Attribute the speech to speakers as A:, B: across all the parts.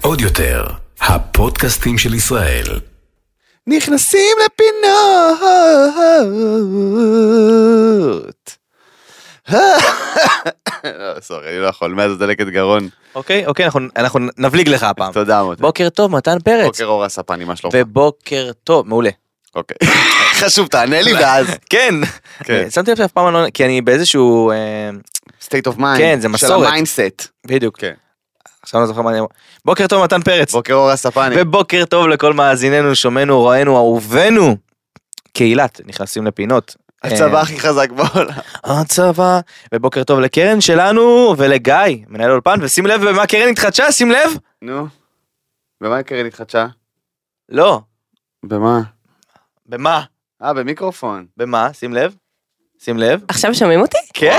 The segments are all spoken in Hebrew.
A: עוד יותר, הפודקאסטים של ישראל.
B: נכנסים לפינות. לא, סורי, אני לא יכול, מאז הדלקת גרון.
C: אוקיי, אוקיי, אנחנו- אנחנו נבליג לך הפעם.
B: תודה מוטי.
C: בוקר טוב, מתן פרץ.
B: בוקר אור הספני, מה שלומך?
C: ובוקר טוב, מעולה.
B: לא- אוקיי. חשוב, תענה לי ואז.
C: כן.
B: כן.
C: שמתי לב שאף פעם אני לא... כי אני באיזשהו... אה,
B: state of mind.
C: כן, זה
B: של
C: מסורת.
B: המיינדסט.
C: בדיוק.
B: כן.
C: עכשיו אני לא זוכר מה אני אמר. בוקר טוב, מתן פרץ.
B: בוקר אור הספני.
C: ובוקר טוב לכל מאזיננו, שומענו, רואינו, אהובינו. קהילת, נכנסים לפינות.
B: הצבא
C: אה,
B: הכי חזק בעולם.
C: הצבא. ובוקר טוב לקרן שלנו ולגיא, מנהל האולפן, ושים לב במה קרן התחדשה, שים לב.
B: נו. במה קרן התחדשה?
C: לא.
B: במה?
C: במה?
B: אה, במיקרופון.
C: במה? שים לב. שים לב.
D: עכשיו שומעים אותי?
C: כן.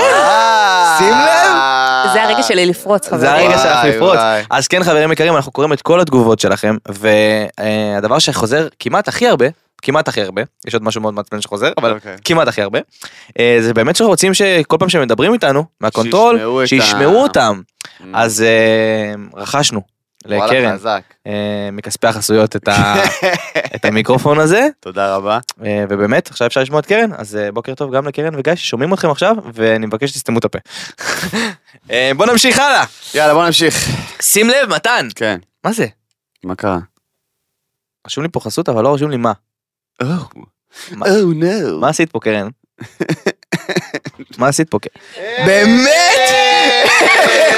C: שים לב.
B: אה,
D: זה הרגע שלי לפרוץ, חברים.
C: זה הרגע
B: וואי,
C: שאנחנו נפרוץ.
B: וואי.
C: אז כן חברים יקרים, אנחנו קוראים את כל התגובות שלכם, והדבר שחוזר כמעט הכי הרבה, כמעט הכי הרבה, יש עוד משהו מאוד מעצבן שחוזר, אבל
B: אוקיי.
C: כמעט הכי הרבה, אה, זה באמת שרוצים שכל פעם שמדברים איתנו, מהקונטרול,
B: שישמעו את ה-
C: שישמעו אותם.
B: Mm.
C: אז אה, רכשנו
B: וואלה,
C: לקרן
B: חזק.
C: אה, מכספי החסויות את ה- את המיקרופון הזה,
B: תודה רבה.
C: אה, ובאמת עכשיו אפשר לשמוע את קרן אז אה, בוקר טוב גם לקרן וגיא ששומעים אתכם עכשיו ואני מבקש שתסתמו את הפה. אה, בוא נמשיך הלאה
B: יאללה, בוא נמשיך.
C: שים לב מתן
B: כן.
C: מה זה
B: מה קרה?
C: רשום לי פה חסות אבל לא רשום לי מה
B: Oh.
C: מה-
B: או נו.
C: מה עשית פה קרן. מה עשית פה קרן?
B: אה! באמת?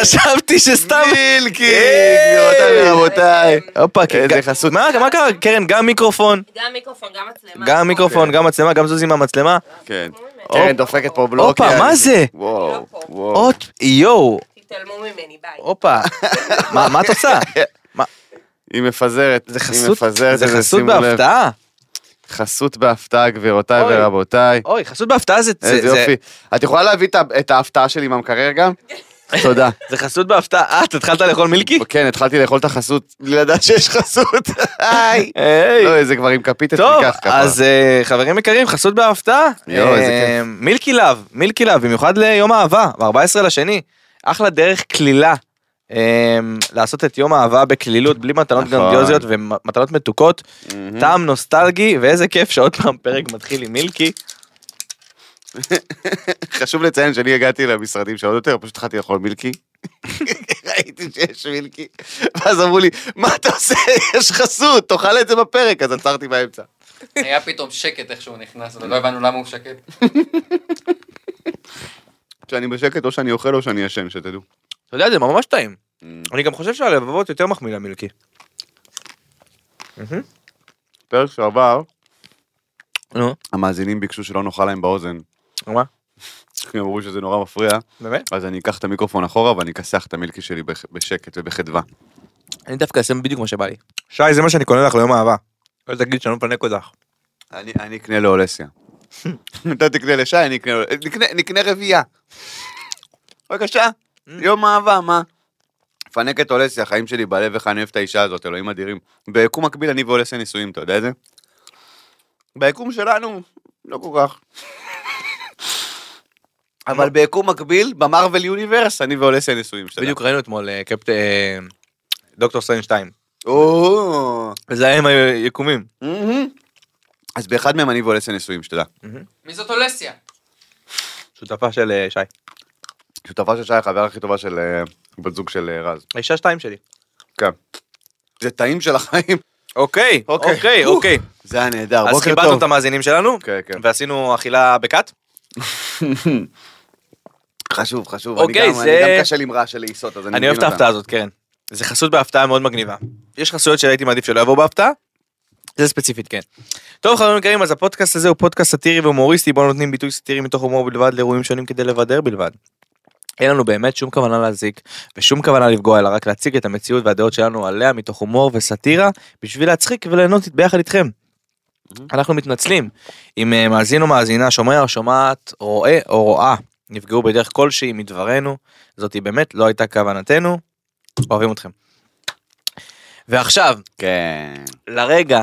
C: חשבתי שסתם
B: אה!
C: אה!
B: מילקי, גבירותיי ורבותיי.
C: הופה כן,
B: איזה
C: ג-
B: חסות.
C: מה מה קרה קרן גם מיקרופון
D: גם מיקרופון, גם מצלמה.
C: גם מיקרופון
B: אוקיי.
C: גם מצלמה גם זוזים מהמצלמה
B: כן.
D: ממני.
B: קרן דופקת פה בלוק.
C: הופה, מה זה?
B: וואו, וואו.
C: עוד יואו
D: תתעלמו ממני, ביי.
C: הופה מה מה את עושה
B: היא מפזרת.
C: זה
B: היא
C: חסות
B: מפזרת
C: זה
B: את
C: חסות
B: שימו לב.
C: בהפתעה
B: חסות בהפתעה, גבירותיי
C: אוי.
B: ורבותיי.
C: אוי חסות בהפתעה זה זה-
B: איזה
C: זה-
B: יופי. את יכולה להביא את ה- את ההפתעה שלי מהמקרר גם? תודה.
C: זה חסות בהפתעה. אה, את התחלת לאכול מילקי?
B: כן, התחלתי לאכול את החסות, בלי לדעת שיש חסות. היי.
C: היי.
B: לא, זה כבר עם כפית,
C: טוב,
B: תיקח ככה.
C: אז אה, חברים יקרים, חסות בהפתעה.
B: יואו, איזה
C: אה,
B: כיף.
C: מילקי לאב, מילקי לאב, במיוחד ליום האהבה, ב-14 לשני. אחלה דרך קלילה. אה, לעשות את יום האהבה בקלילות, בלי מתנות
B: נכון.
C: גרנדיוזיות ומתנות מתוקות.
B: מהמם.
C: טעם נוסטלגי, ואיזה כיף שעוד פעם פרק מתחיל עם מילקי.
B: חשוב לציין שאני הגעתי למשרדים שעוד יותר, פשוט התחלתי לאכול מילקי. ראיתי שיש מילקי, ואז אמרו לי, מה אתה עושה? יש חסות, תאכל את זה בפרק, אז עצרתי באמצע.
E: היה פתאום שקט איך שהוא נכנס, ולא הבנו למה הוא שקט.
B: כשאני בשקט, או שאני אוכל או שאני ישן, שתדעו.
C: אתה יודע, זה ממש טעים.
B: Mm.
C: אני גם חושב שהלבבות יותר מחמיא למילקי.
B: פרק שעבר,
C: נו,
B: המאזינים ביקשו שלא נאכל להם באוזן.
C: מה?
B: הם אמרו שזה נורא מפריע,
C: באמת?
B: אז אני אקח את המיקרופון אחורה ואני אכסח את המילקי שלי בח- בשקט ובחדווה.
C: אני דווקא אעשה בדיוק מה שבא לי. שי, זה מה שאני קונה לך ליום האהבה. אל תגיד שאני לא מפנק אותך.
B: אני אני אקנה לאולסיה. אתה תקנה לשי, אני אקנה לו... נקנה- נקנה רביעייה. בבקשה, יום אהבה, מה? פנק את אולסיה, החיים שלי בלב, איך אני אוהב את האישה הזאת, אלוהים אדירים. ביקום מקביל אני ואולסיה נשואים, אתה יודע את זה? ביקום שלנו, לא כל כך. אבל ביקום מקביל, במרוויל יוניברס, אני ואולסיה נשואים. שאתה יודע.
C: בדיוק ראינו אתמול אה, קפט... אה, דוקטור סטרנג 2.
B: או,
C: וזה היה עם היקומים.
B: מהמם. אז באחד מהם אני ואולסיה נשואים, שתדע.
E: מי זאת אולסיה?
C: שותפה של אה, שי.
B: שותפה של שי, החברה הכי טובה של אה, בת זוג של אה, רז.
C: האישה 2 שלי.
B: כן. זה טעים של החיים.
C: אוקיי,
B: אוקיי.
C: אוקיי,
B: אוף.
C: אוקיי.
B: זה היה נהדר,
C: אז
B: בוקר
C: קיבלנו
B: טוב.
C: את המאזינים שלנו,
B: כן, כן.
C: ועשינו אכילה בקאט.
B: חשוב, חשוב. אני
C: אוקיי,
B: גם-
C: זה-
B: אני גם קשה לי עם רעש של לעיסות, אז אני
C: אני אוהב את ההפתעה הזאת, קרן. זה חסות בהפתעה מאוד מגניבה. יש חסויות שהייתי מעדיף שלא יבואו בהפתעה. זה ספציפית, כן. טוב חברים יקרים, אז הפודקאסט הזה הוא פודקאסט סאטירי והומוריסטי, בו נותנים ביטוי סאטירי מתוך הומור בלבד לאירועים שונים כדי לבדר בלבד. אין לנו באמת שום כוונה להזיק ושום כוונה לפגוע אלא רק להציג את המציאות והדעות שלנו עליה מתוך הומור וסאטירה בשביל להצחיק וליהנות ביחד איתכם. אנחנו מתנצלים אם אה, מאזין או מאזינה שומע או שומעת רואה או רואה נפגעו בדרך כלשהי מדברנו זאתי באמת לא הייתה כוונתנו אוהבים אתכם. ועכשיו
B: כן.
C: לרגע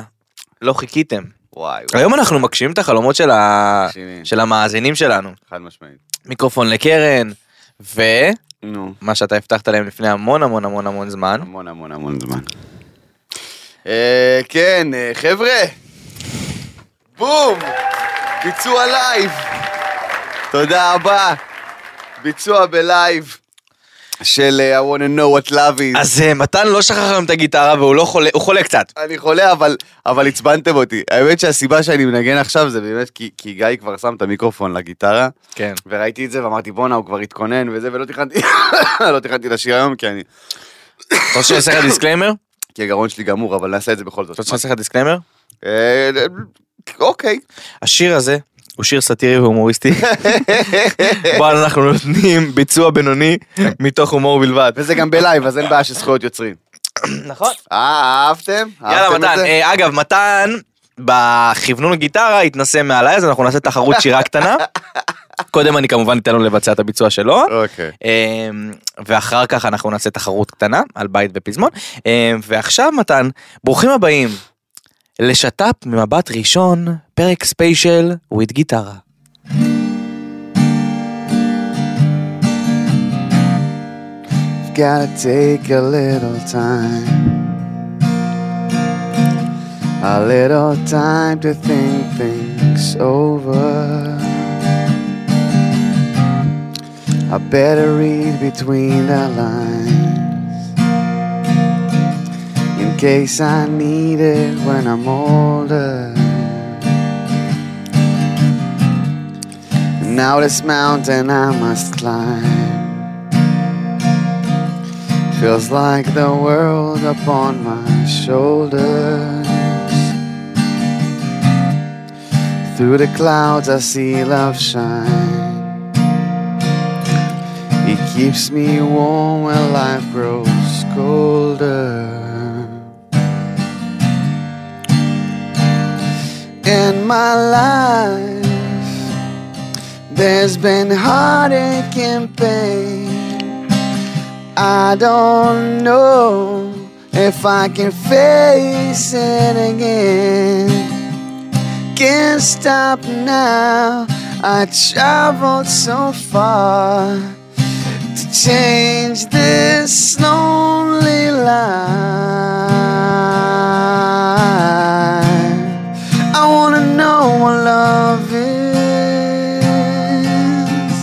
C: לא חיכיתם
B: וואי, וואי,
C: היום אנחנו מגשימים את החלומות של, ה...
B: שימי.
C: של המאזינים שלנו
B: חד משמעית.
C: מיקרופון לקרן ו...
B: נו,
C: מה שאתה הבטחת להם לפני המון המון המון המון זמן.
B: המון המון המון זמן. אה, כן, אה, חבר'ה, בום! ביצוע לייב! תודה רבה. ביצוע בלייב של אה, I want to know what love is.
C: אז אה, מתן לא שכח היום את הגיטרה והוא לא חולה, הוא חולה קצת.
B: אני חולה, אבל, אבל עצבנתם אותי. האמת שהסיבה שאני מנגן עכשיו זה באמת כי, כי גיא כבר שם את המיקרופון לגיטרה,
C: כן.
B: וראיתי את זה ואמרתי בואנה, הוא כבר התכונן וזה, ולא תכננתי, לא תכננתי לשיר היום, כי אני...
C: אתה רוצה שאני אעשה לך דיסקליימר? אתה
B: כי הגרון שלי גמור, אבל נעשה את זה בכל זאת.
C: רוצה שאני אעשה לך דיסקליימר?
B: אה, אוקיי.
C: השיר הזה הוא שיר סאטירי והומוריסטי, בו אנחנו נותנים ביצוע בינוני מתוך הומור בלבד.
B: וזה גם בלייב, אז אין בעיה של זכויות יוצרים.
C: נכון.
B: אה, אהבתם?
C: יאללה
B: אהבתם את
C: מתן,
B: זה?
C: אה, אגב מתן בכוונון גיטרה התנסה מעליי אז אנחנו נעשה תחרות שירה קטנה. קודם אני כמובן אתן לו לבצע את הביצוע שלו.
B: אוקיי.
C: אה, ואחר כך אנחנו נעשה תחרות קטנה על בית ופזמון. אה, ועכשיו מתן, ברוכים הבאים לשת"פ ממבט ראשון, פרק ספיישל וויד גיטרה.
B: gotta take a little time. A little time to think things over. I better read between the lines. In case I need it when I'm older. Now this mountain I must climb. Feels like the world upon my shoulders. Through the clouds, I see love shine. It keeps me warm when life grows colder. In my life, there's been heartache and pain. I don't know if I can face it again. Can't stop now. I traveled so far to change this lonely life. I wanna know what love is.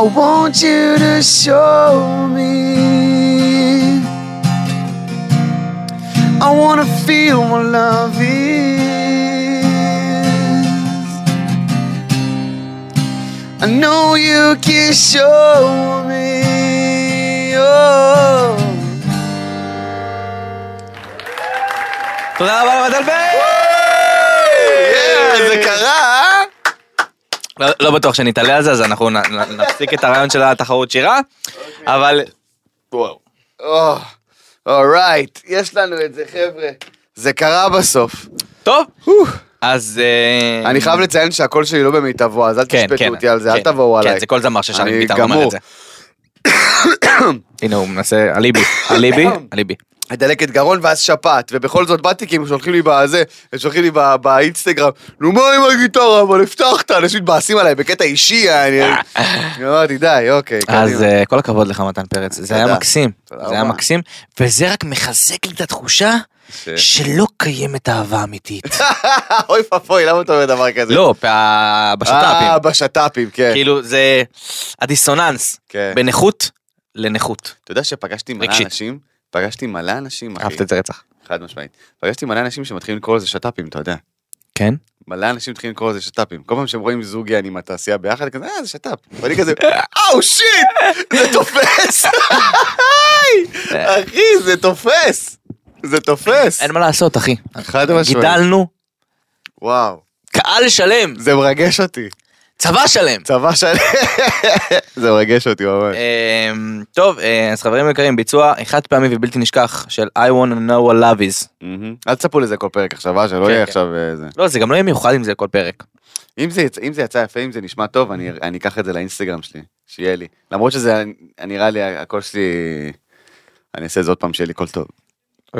B: I want you to show me. I want to feel what love is. I know you can show me. Oh.
C: תודה רבה למתן
B: זה
C: פרק! אה?
B: קרה?
C: לא- לא בטוח שנתעלה על זה אז אנחנו נ- נ- נפסיק את הרעיון של התחרות שירה,
B: אוקיי.
C: אבל
B: וואו. אורייט, Oh, יש לנו את זה חבר'ה. זה קרה בסוף.
C: טוב, אז... אה,
B: אני חייב לציין שהקול שלי לא במיטבו, אז אל
C: כן,
B: תשפטו
C: כן,
B: אותי על זה, אל
C: כן,
B: תבואו עליי.
C: כן, זה כל זמר ששר עם
B: אני
C: גיטרה אומר
B: גמור.
C: את זה. הנה הוא מנסה, אליבי, אליבי,
B: כן,
C: אליבי.
B: דלקת גרון ואז שפעת, ובכל זאת באתי כי הם שולחים לי בזה, הם שולחים לי ב- באינסטגרם, נו מה עם הגיטרה, אבל הבטחת, אנשים מתבאסים עליי בקטע אישי, אני אני אמרתי די, אוקיי,
C: אז
B: קדימה.
C: אה, כל הכבוד לך מתן פרץ, זה היה
B: תודה.
C: מקסים,
B: תודה
C: זה היה
B: רבה.
C: מקסים, וזה רק מחזק לי את התחושה
B: כן.
C: שלא קיימת אהבה אמיתית.
B: אוי ואבוי, למה אתה אומר דבר כזה?
C: אה, לא, ב-
B: אה,
C: בשת"פים,
B: בשת"פים, כן.
C: כאילו זה הדיסוננס
B: כן.
C: בין איכות לנכות.
B: אתה יודע שפגשתי מלא
C: רגשית.
B: אנשים, פגשתי מלא אנשים, אחי,
C: אהבת את זה רצח.
B: חד משמעית, פגשתי מלא אנשים שמתחילים לקרוא לזה שת"פים, אתה יודע.
C: כן?
B: מלא אנשים מתחילים לקרוא לזה שת"פים. כל פעם שהם רואים זוג יעני מהתעשייה ביחד, כזה, אה, זה שת"פ. ואני כזה, אוו, שיט! זה תופס! היי! אחי, זה תופס! זה תופס!
C: אין מה לעשות אחי.
B: חד משמעית.
C: גידלנו
B: וואו.
C: קהל שלם,
B: זה מרגש אותי.
C: צבא שלם.
B: צבא שלם. זה מרגש אותי ממש.
C: אמ, טוב, אה, אז חברים יקרים, ביצוע חד פעמי ובלתי נשכח של I want to know what love is.
B: מהמם. אל תצפו לזה כל פרק עכשיו, אה? שלא
C: כן,
B: יהיה
C: כן.
B: עכשיו אה, זה.
C: לא, זה גם לא יהיה מיוחד עם זה כל פרק.
B: אם זה יצא- אם זה יצא יפה, אם זה נשמע טוב, אני אני אקח את זה לאינסטגרם שלי, שיהיה לי. למרות שזה נראה לי, הקול שלי... אני אעשה את זה עוד פעם, שיהיה לי קול טוב.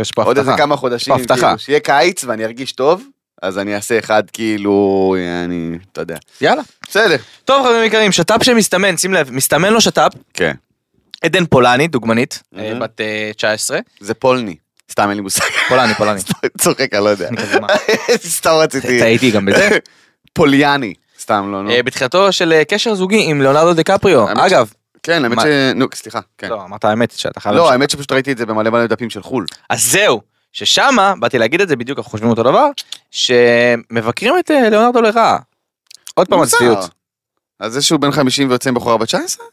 C: יש פה
B: עוד איזה
C: הבטחה.
B: כמה חודשים,
C: הבטחה.
B: כאילו, שיהיה קיץ ואני ארגיש טוב, אז אני אעשה אחד כאילו, אני, אתה יודע.
C: יאללה.
B: בסדר.
C: טוב חברים יקרים, שת"פ שמסתמן, שים לב, מסתמן לו שת"פ,
B: כן.
C: עדן פולני, דוגמנית, אה,
B: Mhm.
C: בת אה, 19,
B: זה פולני. סתם אין לי מושג.
C: פולני, פולני.
B: צוחק, אני לא יודע.
C: אני כזה, מה?
B: סתם רציתי.
C: טעיתי גם בזה.
B: פוליאני. סתם לא, נו.
C: אה, בתחילתו של אה, קשר זוגי עם ליאונרדו דקפריו,
B: האמת ש-
C: אגב,
B: כן, האמת
C: מה?
B: ש... נו, סליחה. כן.
C: לא, אמרת האמת שאתה חייב...
B: לא,
C: להמשיך.
B: האמת שפשוט ראיתי את זה במלא מלא דפים של חו"ל.
C: אז זהו, ששמה, באתי להגיד את זה בדיוק, אנחנו חושבים אותו דבר, שמבקרים את אה, ליאונרדו לרעה. עוד פעם
B: מוזר.
C: הצביעות.
B: אז זה שהוא בן 50 ויוצא עם בחורה בת 19?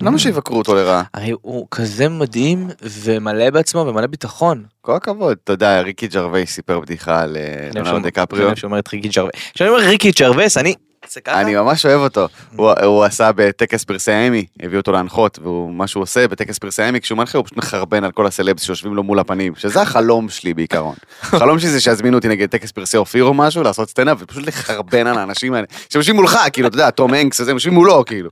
B: למה שיבקרו אותו לרעה?
C: הרי הוא כזה מדהים ומלא בעצמו ומלא ביטחון.
B: כל הכבוד. אתה יודע, ריקי ג'רווייס סיפר בדיחה על אה, לונרדו דקפריו.
C: שאומר את ריקי ג'רווס. כשאני אומר ריקי ג'רווס, אני... זה ככה?
B: אני ממש אוהב אותו. הוא, הוא עשה בטקס פרסי האמי, הביאו אותו להנחות, ומה שהוא עושה בטקס פרסי האמי, כשהוא מנחה, הוא פשוט מחרבן על כל הסלבס שיושבים לו מול הפנים, שזה החלום שלי בעיקרון. החלום שלי זה שיזמינו אותי נגד טקס פרסי אופיר או משהו, לעשות סטנדאפ, ופשוט לחרבן על האנשים האלה, שיושבים מולך, כאילו, אתה יודע, תום הנקס וזה, הם יושבים מולו, כאילו.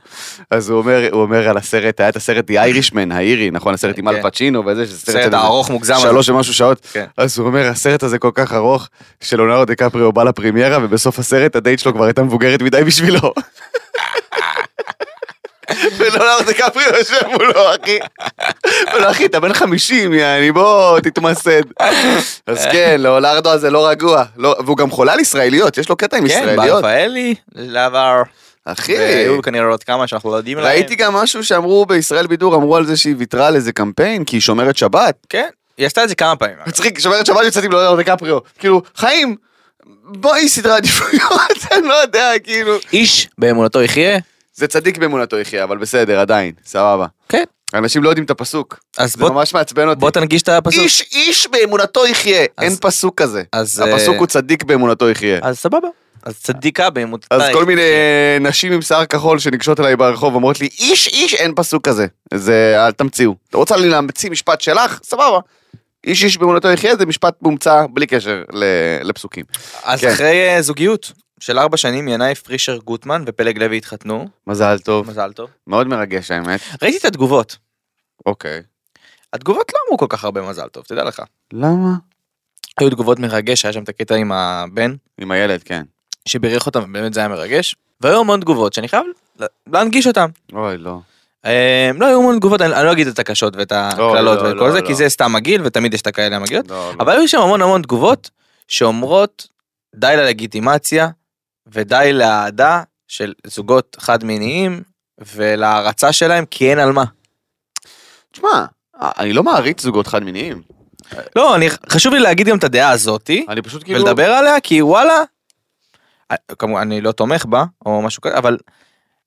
B: אז הוא אומר, הוא אומר על הסרט, היה את הסרט The Irishman, האירי, נכון, הסרט עם
C: כן.
B: אל פצ'ינו וזה, שזה סרט
C: סרט
B: של-
C: הארוך מוגזם. הזה.
B: שלוש ומשהו שעות.
C: כן.
B: אז הוא אומר, הסרט הזה כל כך ארוך, שלאונרדו דיקפריו בא לפרימיירה, ובסוף הסרט הדייט שלו כבר הייתה מבוגרת מדי בשבילו. ולאונרדו דיקפריו יושב מולו, אחי. ולא, אחי, אתה בן 50, יעני, בוא, תתמסד. אז כן, לאונרדו הזה לא רגוע. לא- והוא גם חולה על ישראליות, יש לו קטע עם
C: כן,
B: ישראליות.
C: ברפאלי, לעבר.
B: אחי.
C: היו כנראה עוד כמה שאנחנו לא יודעים עליהם.
B: ראיתי גם משהו שאמרו בישראל בידור, אמרו על זה שהיא ויתרה על איזה קמפיין, כי היא שומרת שבת.
C: כן, היא עשתה את זה כמה פעמים. אגב.
B: מצחיק, שומרת שבת יוצאת עם לאונרדו דקפריו. כאילו, חיים, בואי סדרי עדיפויות, אני לא יודע, כאילו.
C: איש באמונתו יחיה.
B: זה צדיק באמונתו יחיה, אבל בסדר, עדיין, סבבה.
C: כן.
B: אנשים לא יודעים את הפסוק.
C: אז
B: זה
C: בוא-
B: ממש מעצבן אותי.
C: בוא תנגיש את הפסוק.
B: איש איש באמונתו יחיה,
C: אז-
B: אין פסוק כזה.
C: אז,
B: הפסוק
C: אה,
B: הוא צדיק באמונתו יחיה.
C: אז סבבה. אז צדיקה באמונתה.
B: אז
C: היא-
B: כל מיני אה, נשים עם שיער כחול שניגשות אליי ברחוב אומרות לי, איש איש אין פסוק כזה. זה, אל תמציאו. אתה רוצה לי להמציא משפט שלך? סבבה. איש איש באמונתו יחיה זה משפט מומצא בלי קשר ל- לפסוקים.
C: אז
B: כן.
C: אחרי אה, זוגיות של ארבע שנים, ינאי פרישר גוטמן ופלג לוי התחתנו.
B: מזל טוב.
C: מזל טוב.
B: מאוד מרגש האמת.
C: ראיתי את התגובות.
B: אוקיי.
C: התגובות לא אמרו כל כך הרבה מזל טוב, תדע לך.
B: למה?
C: היו תגובות מרגש, היה שם את הקטע עם הבן,
B: עם הילד, כן.
C: שבירך אותם, ובאמת זה היה מרגש. והיו המון תגובות שאני חייב לה- להנגיש אותם.
B: אוי, לא.
C: אה, לא היו המון תגובות, אני אני לא אגיד את הקשות ואת הקללות
B: לא,
C: ואת
B: לא,
C: כל זה,
B: לא.
C: כי זה סתם מגעיל, ותמיד יש את הכאלה המגעילות.
B: לא, לא.
C: אבל היו שם המון המון תגובות שאומרות די ללגיטימציה ודי לאהדה של זוגות חד מיניים ולהערצה שלהם כי אין על מה.
B: תשמע, אני לא מעריץ זוגות חד מיניים.
C: לא, אני, חשוב לי להגיד גם את הדעה הזאתי
B: אני פשוט כאילו...
C: ולדבר עליה כי וואלה, אה, כמובן אני לא תומך בה או משהו כזה, אבל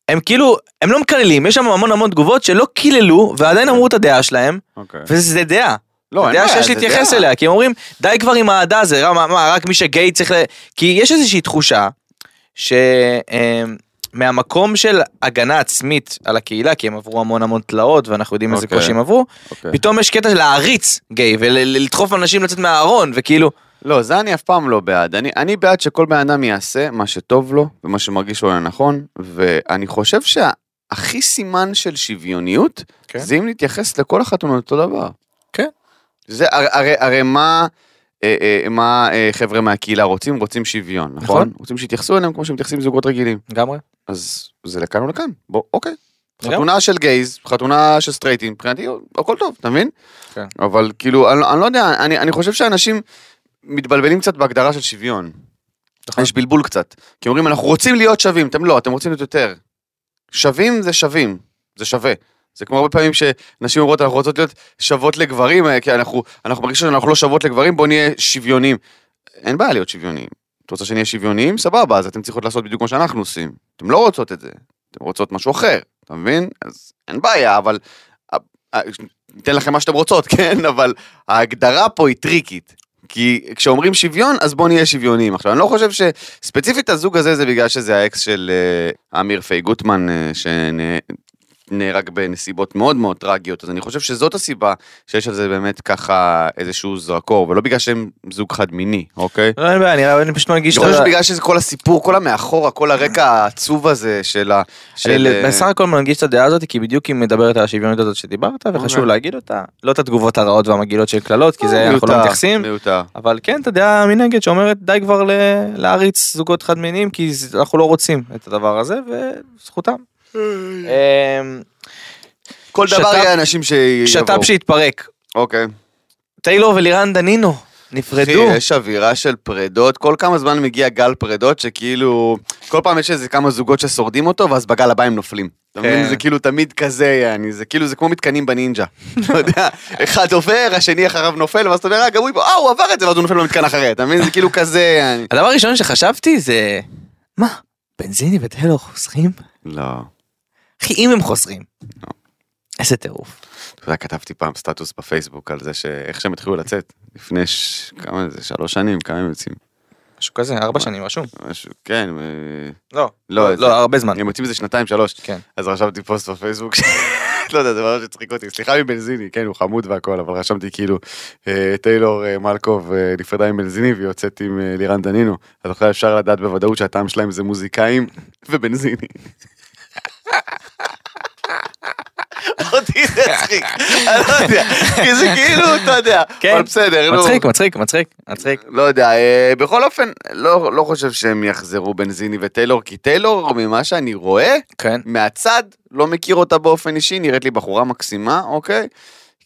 C: הם כאילו, הם לא מקללים, יש שם המון המון תגובות שלא קיללו ועדיין אמרו את הדעה שלהם
B: אוקיי.
C: וזה דעה.
B: לא,
C: דעה שיש להתייחס אליה, כי הם אומרים, די כבר עם האהדה הזה, מה, מה, רק מי שגיי צריך ל... כי יש איזושהי תחושה שמהמקום של הגנה עצמית על הקהילה, כי הם עברו המון המון תלאות, ואנחנו יודעים איזה
B: אוקיי.
C: קושי הם עברו,
B: אוקיי.
C: פתאום יש קטע של להעריץ גיי, ולדחוף אנשים לצאת מהארון, וכאילו,
B: לא, זה אני אף פעם לא בעד. אני, אני בעד שכל בן אדם יעשה מה שטוב לו ומה שמרגיש לו לנכון, ואני חושב שהכי סימן של שוויוניות,
C: כן.
B: כן. זה אם להתייחס לכל החתונות אותו דבר.
C: כן.
B: זה הרי, הרי, הרי מה, אה, אה, מה אה, חבר'ה מהקהילה רוצים? רוצים שוויון, נכון?
C: נכון.
B: נכון? רוצים שיתייחסו אליהם כמו שמתייחסים זוגות רגילים.
C: לגמרי.
B: אז זה לכאן או לכאן, בוא, אוקיי.
C: לגמרי.
B: חתונה של גייז, חתונה של סטרייטים, מבחינתי הכל טוב, אתה מבין?
C: כן.
B: אבל כאילו, אני, לא- אני לא יודע, אני, אני חושב שאנשים מתבלבלים קצת בהגדרה של שוויון.
C: נכון.
B: יש בלבול קצת. כי אומרים, אנחנו רוצים להיות שווים, אתם לא, אתם רוצים להיות יותר. שווים זה שווים, זה שווה. זה כמו הרבה פעמים שנשים אומרות, אנחנו רוצות להיות שוות לגברים, אה, כי אנחנו, אנחנו מרגישים שאנחנו לא שוות לגברים, בואו נהיה שוויוניים. אין בעיה להיות שוויוניים. את רוצה שנהיה שוויוניים? סבבה, אז אתם צריכות לעשות בדיוק מה שאנחנו עושים. אתם לא רוצות את זה, אתם רוצות משהו אחר, אתה מבין? אז אין בעיה, אבל... אה, אה, ניתן לכם מה שאתם רוצות, כן? אבל ההגדרה פה היא טריקית. כי כשאומרים שוויון, אז בואו נהיה שוויוניים. עכשיו, אני לא חושב שספציפית הזוג הזה זה בגלל שזה האקס של אה, אמיר פיי גוטמן, אה, שנ- נהרג בנסיבות מאוד מאוד טרגיות, אז אני חושב שזאת הסיבה שיש על זה באמת ככה איזשהו זרקור, ולא בגלל שהם זוג חד מיני, אוקיי?
C: לא, אין בעיה, אני רואה- אני פשוט מרגיש
B: אני חושב שבגלל שזה כל הסיפור, כל המאחורה, כל הרקע העצוב הזה של ה... של,
C: אני
B: אה,
C: בסך הכל מרגיש את הדעה הזאת, כי בדיוק היא מדברת על השוויוניות הזאת שדיברת, וחשוב
B: אוקיי.
C: להגיד אותה. לא את התגובות הרעות והמגעילות של קללות, כי זה אנחנו לא
B: אה, מיותר,
C: מתייחסים.
B: מיותר.
C: אבל כן, את הדעה מנגד שאומרת די כבר ל- להעריץ זוגות חד מיניים כי ז- אנחנו לא רוצים את הדבר הזה וזכותם.
B: אה,
C: אמ,
B: כל דבר
C: שת"פ-
B: יהיה אנשים שיבואו.
C: שת"פ שהתפרק,
B: אוקיי.
C: טיילור ולירן דנינו נפרדו.
B: אחי, יש אווירה של פרדות, כל כמה זמן מגיע גל פרדות שכאילו, כל פעם יש איזה כמה זוגות ששורדים אותו, ואז בגל הבא הם נופלים. אתה מבין?
C: כן.
B: זה כאילו תמיד כזה, יעני, זה כאילו, זה כמו מתקנים בנינג'ה. אתה יודע, אחד עובר, השני אחריו נופל, ואז אתה אומר, אה, גם הוא יבוא, אה, הוא עבר את זה, ואז הוא נופל במתקן אחרי, אתה מבין? זה כאילו כזה, יעני.
C: הדבר הראשון שחשבתי זה, מה, בנזיני וטיילור חוזרים?
B: לא.
C: אחי, אם הם חוזרים. איזה טירוף.
B: אתה יודע, כתבתי פעם סטטוס בפייסבוק על זה שאיך שהם התחילו לצאת, לפני ש... כמה זה? שלוש שנים, כמה הם יוצאים?
C: משהו כזה, ארבע שנים רשום.
B: משהו, כן, אה,
C: לא,
B: לא,
C: לא,
B: זה-
C: הרבה זמן.
B: הם יוצאים איזה שנתיים, שלוש.
C: כן.
B: אז רשמתי פוסט בפייסבוק, ש- לא יודע, זה ממש הצחיק אותי, סליחה מבנזיני, כן, הוא חמוד והכל, אבל רשמתי כאילו, אה, טיילור אה, מלקוב אה, נפרדה מבנזיני והיא יוצאת עם אה, לירן דנינו, אז עכשיו אפשר לדעת בוודאות שהטעם שלהם זה מוזיקאים ובנזיני. אותי זה הצחיק, אני לא יודע, כי זה כאילו, אתה יודע,
C: כן.
B: אבל בסדר, נו.
C: מצחיק, מצחיק, מצחיק, מצחיק.
B: לא יודע, אה, בכל אופן, לא, לא חושב שהם יחזרו בנזיני וטיילור, כי טיילור, ממה שאני רואה,
C: כן.
B: מהצד, לא מכיר אותה באופן אישי, נראית לי בחורה מקסימה, אוקיי?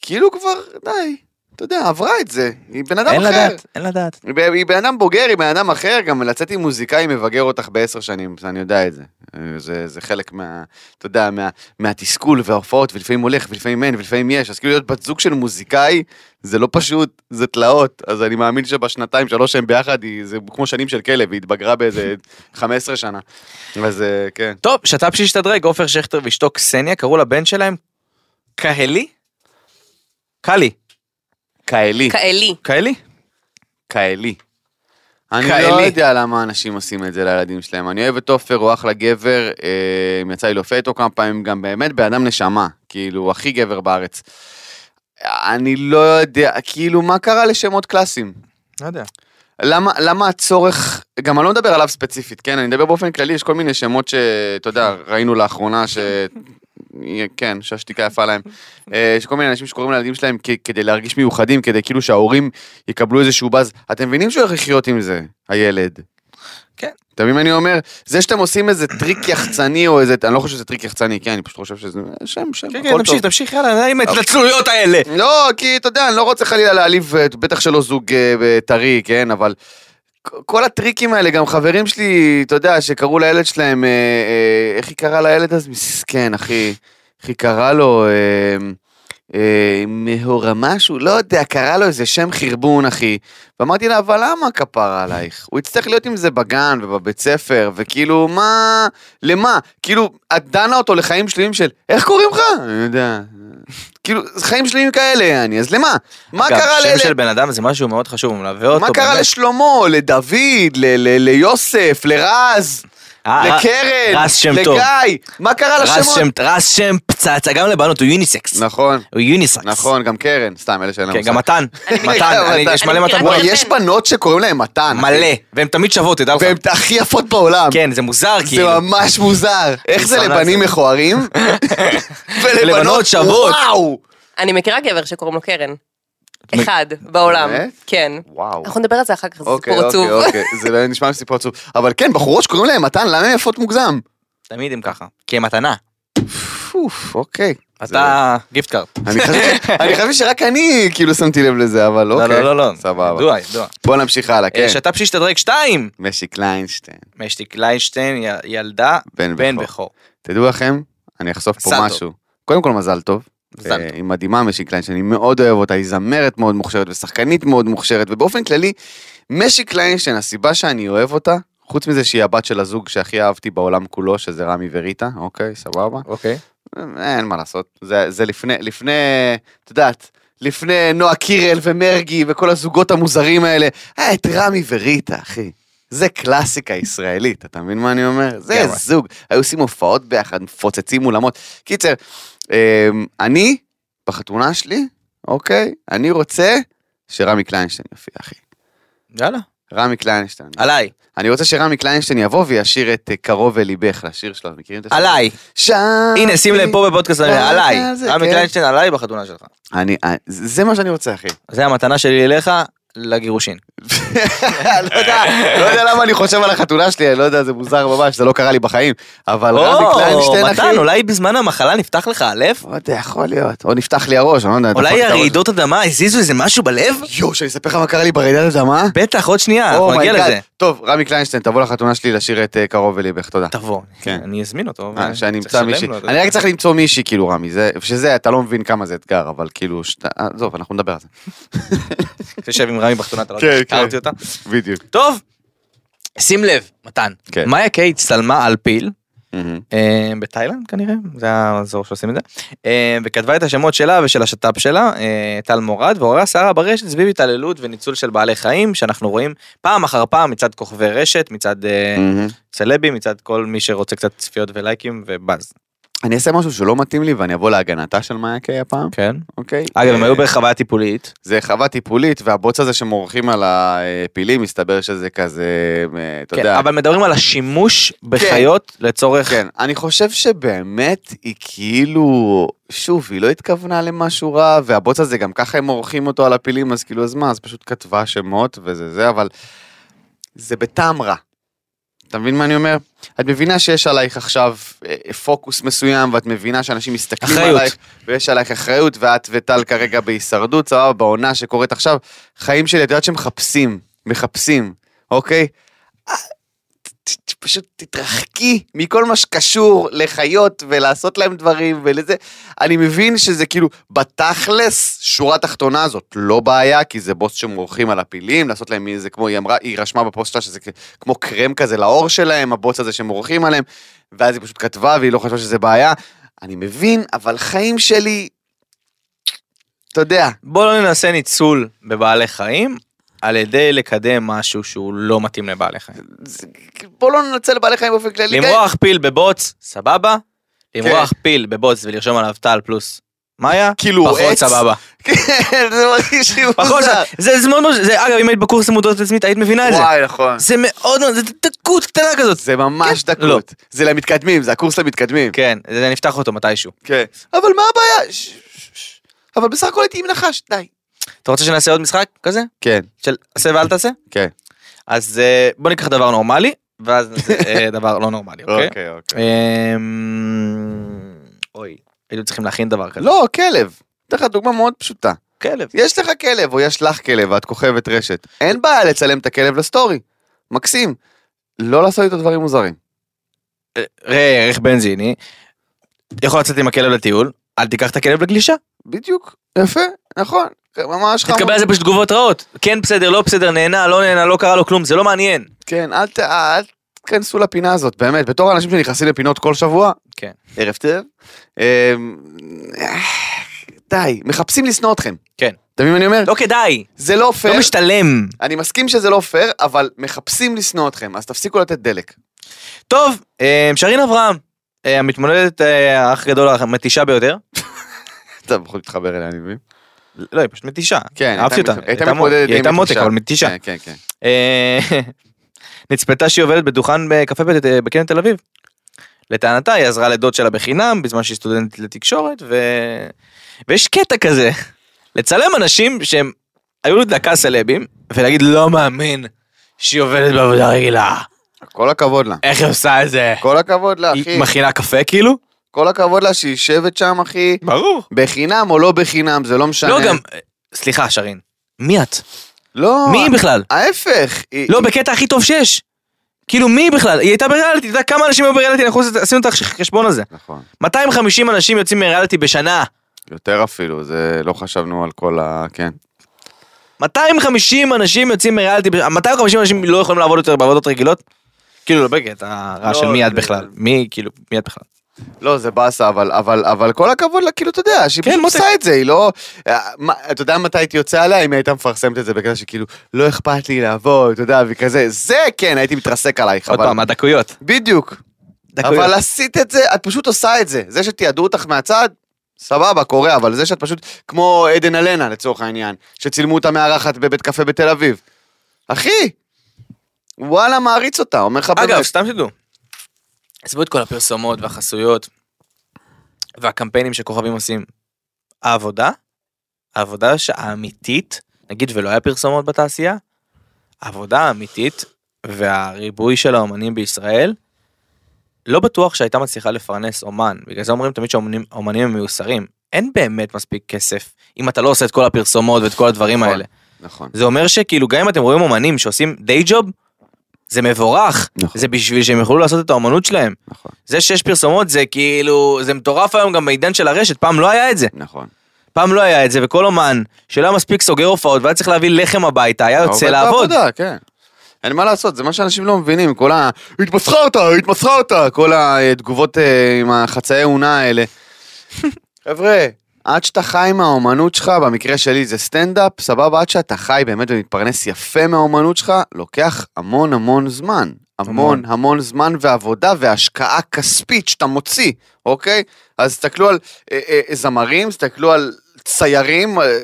B: כאילו כבר, די, אתה יודע, עברה את זה, היא בן אדם
C: אין
B: אחר.
C: לדעת, אין לדעת.
B: היא ב- היא בן אדם בוגר, היא בן אדם אחר, גם לצאת עם מוזיקאי מבגר אותך בעשר שנים, זה- אני יודע את זה. אה, זה, זה חלק מה, אתה יודע, מה, מהתסכול וההופעות, ולפעמים הולך, ולפעמים אין, ולפעמים יש, אז כאילו להיות בת זוג של מוזיקאי, זה לא פשוט, זה תלאות. אז אני מאמין שבשנתיים, שלוש שהם ביחד, היא, זה כמו שנים של כלב, היא התבגרה באיזה 15 שנה. אז אה, כן.
C: טוב, שת"פ שהשתדרג, עופר שכטר ואשתו קסניה, קראו לבן שלהם קהלי? קלי.
B: כאלי.
D: כאלי.
C: קהלי?
B: כאלי. אני לא
C: כאלי.
B: יודע למה אנשים עושים את זה לילדים שלהם. אני אוהב את עופר, הוא אחלה גבר, אה, יצא לי להופיע איתו כמה פעמים, גם באמת בן אדם נשמה, כאילו, הוא הכי גבר בארץ. אני לא יודע, כאילו, מה קרה לשמות קלאסיים?
C: לא יודע.
B: למה, למה הצורך, גם אני לא מדבר עליו ספציפית, כן? אני מדבר באופן כללי, יש כל מיני שמות שאתה יודע, ראינו לאחרונה ש... כן, שהשתיקה יפה להם. אה, יש כל מיני אנשים שקוראים לילדים שלהם כ- כדי להרגיש מיוחדים, כדי כאילו שההורים יקבלו איזשהו באז. אתם מבינים שהוא הולך לחיות עם זה, הילד.
C: כן.
B: אתה מבין מה אני אומר? זה שאתם עושים איזה טריק יחצני או איזה, אני לא חושב שזה טריק יחצני, כן, אני פשוט חושב שזה שם, שם,
C: כן,
B: הכל
C: כן,
B: טוב.
C: תמשיך, תמשיך, יאללה, די עם ההתנצלויות האלה.
B: לא, כי אתה יודע, אני לא רוצה חלילה להעליב, אה, בטח שלא זוג אה, אה, טרי, כן, אבל כ- כל הטריקים האלה, גם חברים שלי, אתה יודע, שקראו לילד שלהם, אה, אה, איך היא קראה לילד אז? מסכן, אחי. איך היא קראה לו? אה, אה, מהורה משהו? לא יודע, קרא לו איזה שם חרבון, אחי. ואמרתי לה, אבל למה כפרה עלייך? הוא יצטרך להיות עם זה בגן ובבית ספר, וכאילו, מה... למה? כאילו, את דנה אותו לחיים שלמים של, איך קוראים לך? אני יודע. כאילו, זה חיים שלמים כאלה, יעני, אז למה? מה
C: אגב,
B: קרה
C: שם של
B: לאלה?
C: בן אדם זה משהו מאוד חשוב, הוא מלווה אותו.
B: מה קרה
C: באמת.
B: לשלמה, לדוד, ל- ל- ליוסף, לרז,
C: אה, אה,
B: לקרן,
C: רז שם טוב.
B: לגיא? מה קרה
C: רז
B: לשמות?
C: שם- רז שם פצצה, גם לבנות, הוא יוניסקס.
B: נכון,
C: הוא יוניסקס.
B: נכון, גם קרן, סתם, אלה שאין להם
C: כן, גם מתן. מתן,
B: גם
C: אני-
B: מתן.
C: יש מלא
D: כן, אני
C: מתן.
D: מכירה
B: וואי,
D: מתן.
B: יש בנות שקוראים להן מתן. אחי.
C: מלא. והן תמיד שוות, תדע לך.
B: והן הכי יפות בעולם.
C: כן, זה מוזר,
B: זה
C: כאילו.
B: ממש מוזר. איך זה
C: שונא את
B: לבנים
C: זה.
B: מכוערים?
C: ולבנות שוות.
B: וואו!
D: אני מכירה גבר שקוראים לו קרן. אחד בעולם.
B: באמת?
D: כן.
B: וואו.
D: אנחנו נדבר על זה אחר כך, זה
B: אוקיי,
D: סיפור עצוב.
B: אוקיי, אוקיי, זה לא נשמע סיפור עצוב. אבל כן, בחורות שקוראים להן מתן, למה הן יפות מוגזם?
C: תמיד הם ככה. כי הם מתנה.
B: פוף, אוקיי.
C: אתה גיפט קארט.
B: זה- אני חשבתי- אני חשבתי שרק אני כאילו שמתי לב לזה, אבל
C: לא,
B: אוקיי.
C: לא, לא, לא.
B: סבבה.
C: ידוע, ידוע.
B: בוא נמשיך הלאה, כן.
C: אה, שת"פ שהשתדרג שתיים.
B: משי קליינשטיין,
C: משתי קליינשטיין, י- ילדה,
B: בן
C: בן
B: בכור.
C: בכור.
B: תדעו לכם, אני אחשוף פה
C: מזל טוב.
B: משהו. קודם כל מזל טוב.
C: מזל
B: אה,
C: טוב.
B: היא מדהימה משי קליין, שאני מאוד אוהב אותה, היא זמרת מאוד מוכשרת ושחקנית מאוד מוכשרת, ובאופן כללי, משי קליינשטיין, הסיבה שאני אוהב אותה, חוץ מזה שהיא הבת של הזוג שהכי אהבתי בעולם כולו, שזה רמי וריטה, אוקיי, סבבה? אה,
C: אוקיי.
B: אין מה לעשות, זה, זה לפני, לפני, את יודעת, לפני נועה קירל ומרגי וכל הזוגות המוזרים האלה, היה את רמי אה, וריטה, אחי. זה קלאסיקה ישראלית, אתה מבין מה אני אומר? זה
C: לגמרי.
B: זוג, היו עושים הופעות ביחד, מפוצצים אולמות. קיצר, אמ, אני, בחתונה שלי, אוקיי, אני רוצה שרמי קליינשטיין יופיע, אחי.
C: יאללה.
B: רמי קליינשטיין.
C: עליי.
B: אני רוצה שרמי קליינשטיין יבוא וישיר את אה, קרוב אל ליבך לשיר שלו, מכירים את השיר?
C: עליי.
B: שם.
C: הנה, שים לב פה בפודקאסט,
B: אה,
C: עליי.
B: אה, זה,
C: רמי
B: כן.
C: קליינשטיין עליי בחתונה שלך.
B: אני, אה, זה זה מה שאני רוצה, אחי.
C: זה המתנה שלי אליך לגירושין.
B: לא יודע, לא יודע למה אני חושב על החתונה שלי, אני לא יודע, זה מוזר ממש, זה לא קרה לי בחיים. אבל רמי קליינשטיין, אחי...
C: מתן, אולי בזמן המחלה נפתח לך הלב?
B: לא יודע, יכול להיות. או נפתח לי הראש, אני לא יודע. דפק
C: אולי
B: את הראש.
C: הרעידות אדמה הזיזו איזה משהו בלב?
B: יואו, שאני אספר לך מה קרה לי ברעידת אדמה?
C: בטח, עוד שנייה, אה, אנחנו נגיע
B: אומייגאד.
C: לזה.
B: Oh טוב, רמי קליינשטיין, תבוא לחתונה שלי לשיר את אה, קרוב אליבך, תודה.
C: תבוא.
B: כן.
C: אני אזמין אותו.
B: אה,
C: ו-
B: שאני
C: צריך
B: אמצא
C: לשלם
B: מישהי.
C: לו, אתה
B: אני
C: יודע.
B: רק צריך למצוא מישהי, כאילו, רמי. זה- שזה, אתה לא מבין כמה זה אתגר, אבל כאילו, שאתה- אה, עזוב, אנחנו נדבר על זה.
C: תשב עם רמי בחתונה, אתה לא
B: כן,
C: יודע,
B: כן.
C: הכרתי אותה.
B: בדיוק.
C: טוב, שים לב, מתן.
B: כן.
C: מאיה קיי הצטלמה על פיל.
B: מהמם.
C: אה, בתאילנד כנראה, זה האזור שעושים את זה, אה, וכתבה את השמות שלה ושל השת"פ שלה, אה, טל מורד, ועוררה סערה ברשת סביב התעללות וניצול של בעלי חיים, שאנחנו רואים פעם אחר פעם מצד כוכבי רשת, מצד אה,
B: מהמם.
C: סלבים, מצד כל מי שרוצה קצת צפיות ולייקים ובאז.
B: אני אעשה משהו שלא מתאים לי ואני אבוא להגנתה של מאיה קיי הפעם,
C: כן.
B: אוקיי?
C: אגב, הם
B: אה,
C: היו בחוויה טיפולית.
B: זה חווה טיפולית, והבוץ הזה שמורחים על הפילים, מסתבר שזה כזה, אה, אתה
C: כן,
B: יודע.
C: אבל מדברים על השימוש בחיות לצורך...
B: כן, אני חושב שבאמת היא כאילו, שוב, היא לא התכוונה למשהו רע, והבוץ הזה גם ככה הם מורחים אותו על הפילים, אז כאילו, אז מה, אז פשוט כתבה שמות וזה זה, אבל זה בטעם רע. אתה מבין מה אני אומר? את מבינה שיש עלייך עכשיו אה, פוקוס מסוים, ואת מבינה שאנשים מסתכלים
C: אחריות.
B: עלייך, ויש עלייך אחריות, ואת וטל כרגע בהישרדות, סבבה, בעונה שקורית עכשיו, חיים שלי, את יודעת שמחפשים, מחפשים, אוקיי? ת- ת- פשוט תתרחקי מכל מה שקשור לחיות ולעשות להם דברים ולזה. אני מבין שזה כאילו, בתכלס, שורה תחתונה זאת לא בעיה, כי זה בוס שמורחים על הפילים, לעשות להם איזה, כמו היא אמרה, היא רשמה בפוסט שלה שזה כ- כמו קרם כזה לעור שלהם, הבוץ הזה שמורחים עליהם, ואז היא פשוט כתבה והיא לא חשבה שזה בעיה. אני מבין, אבל חיים שלי, אתה יודע,
C: בואו לא ננסה ניצול בבעלי חיים. על ידי לקדם משהו שהוא לא מתאים לבעלי חיים.
B: זה- בוא לא ננצל בעלי חיים באופן כללי.
C: למרוח פיל בבוץ, סבבה. למרוח פיל בבוץ ולרשום עליו טל פלוס מאיה,
B: כן. כאילו,
C: פחות
B: עץ.
C: סבבה.
B: כן, זה מרגיש לי
C: פחות
B: מוזר.
C: סבבה. זה זמן, לא- זה אגב, אם היית בקורס למודעות עצמית היית מבינה את זה.
B: וואי, נכון.
C: זה מאוד מאוד, זה דקות קטנה כזאת.
B: זה ממש
C: כן, לא.
B: דקות. זה למתקדמים, זה הקורס למתקדמים.
C: כן, זה נפתח אותו מתישהו.
B: כן. אבל מה הבעיה? ש- ש- ש- אבל בסך הכל הייתי עם נחש, די.
C: אתה רוצה שנעשה עוד משחק כזה?
B: כן,
C: של עשה ואל תעשה?
B: כן.
C: אז אה, בוא ניקח דבר נורמלי, ואז נעשה אה, דבר לא נורמלי, אוקיי?
B: אוקיי.
C: אמ, אוי, היינו צריכים להכין דבר כזה.
B: לא, כלב. אתן לך דוגמה מאוד פשוטה.
C: כן. כלב.
B: יש לך כלב, או יש לך כלב, ואת כוכבת רשת. אין בעיה לצלם את הכלב לסטורי. מקסים. לא לעשות איתו דברים מוזרים.
C: ראה ערך בנזיני, יכול לצאת עם הכלב לטיול, אל תיקח את הכלב לגלישה.
B: בדיוק. יפה, נכון. ממש חמור.
C: תקבל על זה פשוט תגובות רעות. כן בסדר, לא בסדר, נהנה, לא נהנה, לא קרה לו כלום, זה לא מעניין.
B: כן, אל ת- אל תיכנסו לפינה הזאת, באמת. בתור אנשים שנכנסים לפינות כל שבוע,
C: כן.
B: ערב טוב. אמ, אה, די, מחפשים לשנוא אתכם.
C: כן.
B: אתה מבין מה אני אומר?
C: לא כדאי,
B: זה לא פייר,
C: לא משתלם.
B: אני מסכים שזה לא פייר, אבל מחפשים לשנוא אתכם, אז תפסיקו לתת דלק.
C: טוב, אה, שרין אברהם, אה, המתמודדת אה, האח גדול המתישה ביותר.
B: אתה יכול להתחבר אליה, אני מבין.
C: לא, היא פשוט מתישה.
B: כן,
C: אהבתי אותה.
B: מת- הייתה מתמודדת
C: היא הייתה
B: די
C: מותק,
B: מתישה.
C: אבל מתישה.
B: כן, כן, כן.
C: אה, נצפתה שהיא עובדת בדוכן בקפה בת- אה, בקניון תל אביב. לטענתה היא עזרה לדוד שלה בחינם בזמן שהיא סטודנטית לתקשורת ו... ויש קטע כזה לצלם אנשים שהם היו לדקה סלבים ולהגיד לא מאמין שהיא עובדת בעבודה רגילה
B: כל הכבוד לה.
C: איך היא עושה את זה
B: כל הכבוד לה, אחי.
C: היא מכינה קפה כאילו
B: כל הכבוד לה שהיא יושבת שם, אחי.
C: ברור
B: בחינם או לא בחינם, זה לא משנה.
C: לא גם סליחה שרין מי את
B: לא,
C: מי היא בכלל
B: ההפך. היא-
C: לא בקטע הכי טוב שיש. כאילו מי היא בכלל? היא הייתה בריאליטי, אתה יודע כמה אנשים היו בריאליטי, אנחנו עשינו את החשבון הזה.
B: נכון.
C: 250 אנשים יוצאים מריאליטי בשנה.
B: יותר אפילו, זה לא חשבנו על כל ה... כן.
C: 250 אנשים יוצאים מריאליטי, בש- 250 אנשים לא יכולים לעבוד יותר בעבודות רגילות? כאילו לא בקטע הרע
B: לא,
C: של מי את
B: זה-
C: בכלל, מי כאילו, מי את בכלל.
B: לא, זה באסה, אבל, אבל, אבל כל הכבוד לה, כאילו, אתה יודע, שהיא
C: כן,
B: פשוט
C: מותק.
B: עושה את זה, היא לא... אה, מה, אתה יודע מתי הייתי יוצא עליה? אם היא הייתה מפרסמת את זה בקטע שכאילו, לא אכפת לי לעבוד, אתה יודע, וכזה, זה כן, הייתי מתרסק עלייך,
C: עוד
B: אבל...
C: פעם, הדקויות.
B: בדיוק. אבל עשית את זה, את פשוט עושה את זה. זה שתיעדו אותך מהצד, סבבה, קורה, אבל זה שאת פשוט, כמו עדן אלנה לצורך העניין, שצילמו אותה מארחת בבית קפה בתל אביב. אחי, וואלה, מעריץ אותה, אומר לך
C: אגב,
B: באמת.
C: סתם שתדעו. עזבו את כל הפרסומות והחסויות והקמפיינים שכוכבים עושים. העבודה, העבודה ש- האמיתית, נגיד ולא היה פרסומות בתעשייה, העבודה האמיתית והריבוי של האומנים בישראל, לא בטוח שהייתה מצליחה לפרנס אומן. בגלל זה אומרים תמיד שהאומנים האומנים הם מיוסרים. אין באמת מספיק כסף אם אתה לא עושה את כל הפרסומות ואת כל הדברים
B: נכון.
C: האלה.
B: נכון.
C: זה אומר שכאילו גם אם אתם רואים אומנים שעושים דיי ג'וב, זה מבורך,
B: נכון.
C: זה בשביל שהם יוכלו לעשות את האומנות שלהם.
B: נכון.
C: זה שיש פרסומות זה כאילו, זה מטורף היום גם בעידן של הרשת, פעם לא היה את זה.
B: נכון.
C: פעם לא היה את זה, וכל אומן שלא היה מספיק סוגר הופעות והיה צריך להביא לחם הביתה, היה יוצא
B: העובד
C: לעבוד.
B: לא בעבודה, כן. אין מה לעשות, זה מה שאנשים לא מבינים, כל ה... התמסכה אותה, התמסכה אותה, כל התגובות אה, עם החצאי אונה האלה. חבר'ה, עד שאתה חי עם האומנות שלך, במקרה שלי זה סטנדאפ, סבבה, עד שאתה חי באמת ומתפרנס יפה מהאומנות שלך, לוקח המון המון זמן. המון
C: המון.
B: המון זמן ועבודה והשקעה כספית שאתה מוציא, אוקיי? אז תסתכלו על אה, אה, זמרים, תסתכלו על ציירים, אה,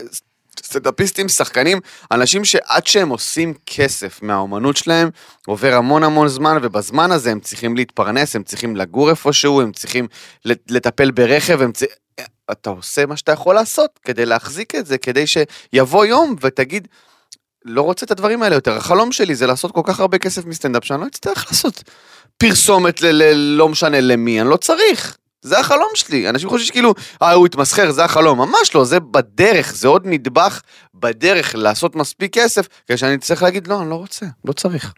B: סטנדאפיסטים, שחקנים, אנשים שעד שהם עושים כסף מהאומנות שלהם, עובר המון המון זמן, ובזמן הזה הם צריכים להתפרנס, הם צריכים לגור איפשהו, הם צריכים לט- לטפל ברכב, הם צריכים... אתה עושה מה שאתה יכול לעשות כדי להחזיק את זה, כדי שיבוא יום ותגיד, לא רוצה את הדברים האלה יותר, החלום שלי זה לעשות כל כך הרבה כסף מסטנדאפ שאני לא אצטרך לעשות פרסומת ל- ל- לא משנה למי, אני לא צריך. זה החלום שלי, אנשים חושבים שכאילו, אה, הוא התמסחר, זה החלום, ממש לא, זה בדרך, זה עוד נדבך בדרך לעשות מספיק כסף, כדי שאני אצטרך להגיד, לא, אני לא רוצה, לא צריך.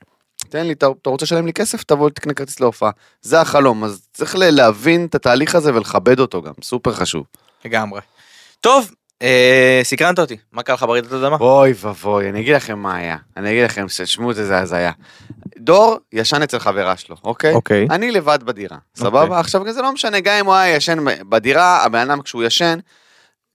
B: תן לי, אתה אתה רוצה לשלם לי כסף, תבוא, תקנה כרטיס להופעה. זה החלום, אז צריך ל- להבין את התהליך הזה ולכבד אותו גם, סופר חשוב.
C: לגמרי. טוב, אה, סקרנת אותי, מה קרה לך ברעידת אדמה?
B: אוי ואבוי, אני אגיד לכם מה היה. אני אגיד לכם, שמעו איזה הזיה. דור ישן אצל חברה שלו, אוקיי?
C: אוקיי.
B: אני לבד בדירה, סבבה? עכשיו, זה לא משנה, גם אם הוא היה ישן בדירה, הבן אדם כשהוא ישן,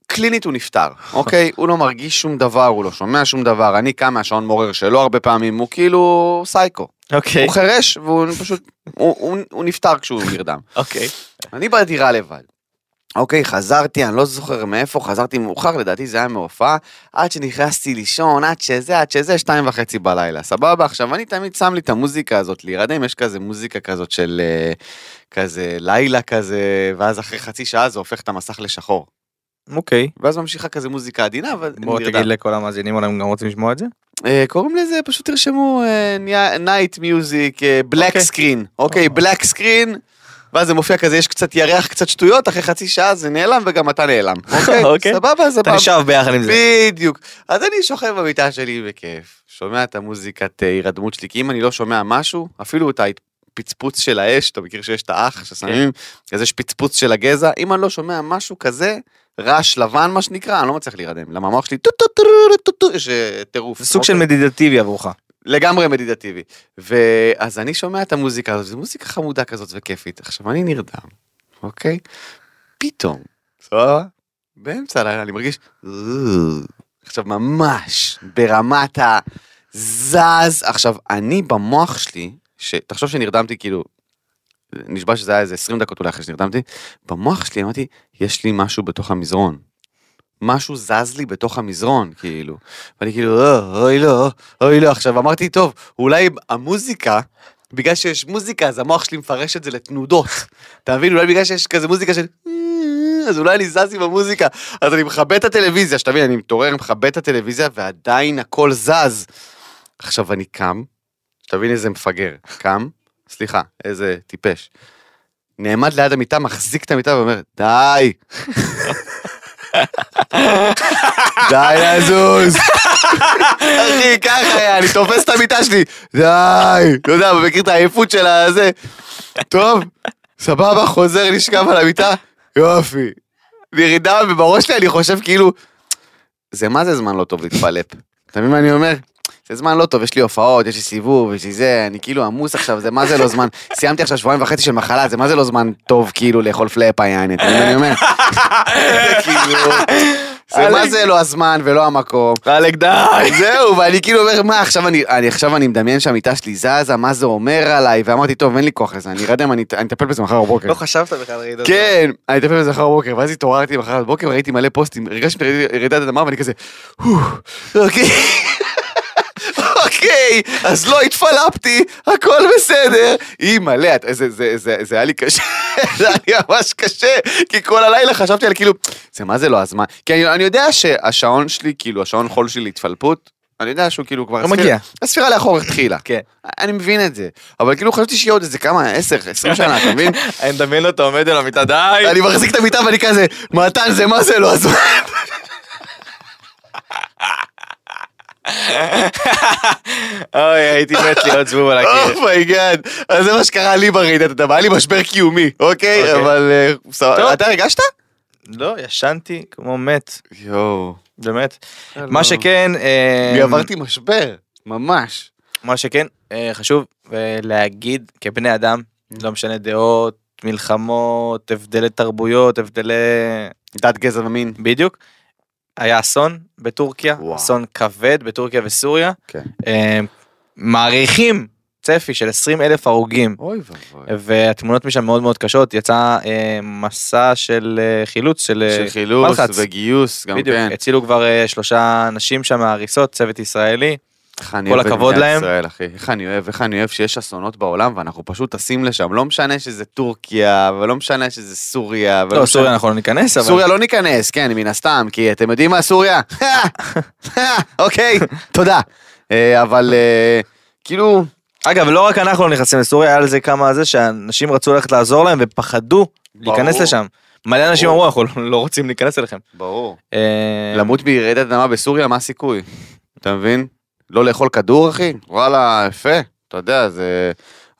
B: קלינית הוא נפטר, אוקיי? הוא לא מרגיש שום דבר, הוא לא שומע שום דבר, אני קם מהשעון מעורר שלו הרבה פעמים, הוא כאילו סייקו.
C: אוקיי.
B: הוא חירש, והוא פשוט, הוא- הוא הוא נפטר כשהוא נרדם.
C: אוקיי.
B: אני בדירה לבד. אוקיי, חזרתי, אני לא זוכר מאיפה, חזרתי מאוחר, לדעתי זה היה מהופעה, עד שנכנסתי לישון, עד שזה, עד שזה, שתיים וחצי בלילה, סבבה? עכשיו, אני תמיד שם לי את המוזיקה הזאת, להירדם, יש כזה מוזיקה כזאת של אה, כזה לילה כזה, ואז אחרי חצי שעה זה הופך את המסך לשחור.
C: אוקיי.
B: ואז ממשיכה כזה מוזיקה עדינה, אבל
C: בוא
B: נרדם.
C: תגיד לכל המאזינים, אולי הם גם רוצים לשמוע את זה?
B: אה, קוראים לזה, פשוט תרשמו אה, נייט מיוזיק, בלק
C: אוקיי.
B: סקרין. אה, אוקיי, בלק סקרין, ואז זה מופיע כזה, יש קצת ירח, קצת שטויות, אחרי חצי שעה זה נעלם וגם אתה נעלם. אוקיי,
C: אוקיי.
B: סבבה, זה
C: אתה נשאב ביחד עם זה.
B: בדיוק. אז אני שוכב במיטה שלי בכיף, שומע את המוזיקת אה, הירדמות שלי, כי אם אני לא שומע משהו, אפילו את הפצפוץ של האש, אתה מכיר שיש את האח ששמים,
C: כן.
B: אז יש פצפוץ של הגזע, אם אני לא שומע משהו כזה, רעש לבן מה שנקרא, אני לא מצליח להירדם, למה המוח שלי טו טו טו טו טו טו, יש אה, טירוף.
C: זה סוג של
B: אוקיי?
C: מדידטיבי עבורך.
B: לגמרי מדידטיבי. ואז אני שומע את המוזיקה הזאת, זו מוזיקה חמודה כזאת וכיפית. עכשיו, אני נרדם, אוקיי? פתאום, סבבה? באמצע הלילה אני מרגיש... עכשיו, ממש ברמת ה... זז. עכשיו, אני במוח שלי, ש- תחשוב שנרדמתי כאילו... נשבע שזה היה איזה 20 דקות אולי אחרי שנרדמתי, במוח שלי אמרתי, יש לי משהו בתוך המזרון. משהו זז לי בתוך המזרון, כאילו. ואני כאילו, "אה, אוי לא, אוי לא. עכשיו אמרתי, טוב, אולי המוזיקה, בגלל שיש מוזיקה, אז המוח שלי מפרש את זה לתנודות. אתה מבין? אולי בגלל שיש כזה מוזיקה של... "אה", אז אולי אני זז עם המוזיקה. אז אני מכבה את הטלוויזיה, שתבין, אני מתעורר, מכבה את הטלוויזיה, ועדיין הכל זז. עכשיו אני קם, שתבין איזה מפגר. קם, סליחה, איזה טיפש. נעמד ליד המיטה, מחזיק את המיטה ואומר, די. די לזוז. אחי, ככה היה, אני תופס את המיטה שלי, די. אתה יודע, מכיר את העייפות של הזה. טוב, סבבה, חוזר, נשכב על המיטה, יופי. ירידה, ובראש שלי אני חושב כאילו, זה מה זה זמן לא טוב להתפלפ. אתה מבין מה אני אומר? זה זמן לא טוב, יש לי הופעות, יש לי סיבוב, יש לי זה, אני כאילו עמוס עכשיו, זה מה זה לא זמן. סיימתי עכשיו שבועיים וחצי של מחלה, זה מה זה לא זמן טוב כאילו לאכול פלאפה יעני, אתה מבין מה אני אומר? כאילו, זה מה זה לא הזמן ולא המקום.
C: חלק די!
B: זהו, ואני כאילו אומר, מה, עכשיו אני, אני, עכשיו אני מדמיין שהמיטה שלי זזה, מה זה אומר עליי? ואמרתי, טוב, אין לי כוח לזה, אני ארדם, אני אני אטפל בזה מחר בבוקר.
C: לא חשבת בכלל רעידות.
B: כן, אני אטפל בזה אחר בבוקר, ואז התעוררתי מחר בבוקר, ראיתי מלא פוסטים, הרגשתי רעידת אדמה ואני כזה, "הו, אוקיי, אוקיי, אז לא התפלפתי, הכל בסדר. היא מלא, את- זה- זה- זה זה היה לי קשה, זה היה לי ממש קשה, כי כל הלילה חשבתי על כאילו, זה מה זה לא הזמן, כי אני- אני יודע שהשעון שלי, כאילו השעון חול שלי להתפלפות, אני יודע שהוא כאילו כבר,
C: לא
B: הספירה-
C: מגיע.
B: הספירה לאחור התחילה.
C: כן.
B: אני מבין את זה, אבל כאילו חשבתי שיהיה עוד איזה כמה, עשר, עשרים שנה, אתה מבין?
C: אני מדמיין אותו עומד על המיטה, די!
B: אני מחזיק את המיטה ואני כזה, מתן זה מה זה לא הזמן.
C: אוי, הייתי מת להיות זבוב על הקיר.
B: אומייגאד. Oh אז זה מה שקרה לי ברעידת אדמה, היה לי משבר קיומי, אוקיי?
C: אוקיי.
B: אבל... אה, בסדר.
C: טוב.
B: אתה הרגשת?
C: לא, ישנתי כמו מת,
B: יואו.
C: באמת. מה שכן, אה,
B: אני עברתי משבר, ממש.
C: מה שכן, אה, חשוב אה, להגיד כבני אדם, לא משנה דעות, מלחמות, הבדלי תרבויות, הבדלי...
B: דת, גזע ומין.
C: בדיוק. היה אסון בטורקיה,
B: וואו.
C: אסון כבד בטורקיה וסוריה.
B: כן.
C: אה, מעריכים צפי של 20 אלף הרוגים.
B: אוי ואבוי.
C: והתמונות משם מאוד מאוד קשות, יצא אה, מסע של אה, חילוץ של, אה,
B: של חילוץ
C: מלחץ.
B: וגיוס, גם
C: בדיוק,
B: כן.
C: הצילו כבר אה, שלושה אנשים שם מההריסות, צוות ישראלי.
B: איך אני
C: כל
B: אוהב את
C: הכבוד
B: מדינת
C: להם.
B: ישראל, אחי. איך אני אוהב, איך אני אוהב שיש אסונות בעולם ואנחנו פשוט טסים לשם. לא משנה שזה טורקיה, ולא משנה שזה סוריה. ולא
C: לא,
B: משנה-
C: סוריה אנחנו לא ניכנס, אבל...
B: סוריה לא ניכנס, כן, מן הסתם, כי אתם יודעים מה סוריה? אוקיי, תודה. אה, אבל אה, כאילו,
C: אגב, לא רק אנחנו לא נכנסים לסוריה, היה על זה כמה זה שאנשים רצו ללכת לעזור להם ופחדו להיכנס
B: ברור.
C: לשם. מלא אנשים
B: ברור.
C: אמרו, אנחנו לא רוצים להיכנס אליכם.
B: ברור.
C: אה,
B: למות ברעידת אדמה בסוריה, מה הסיכוי? אתה מבין? לא לאכול כדור, אחי? וואלה, יפה. אתה יודע, זה...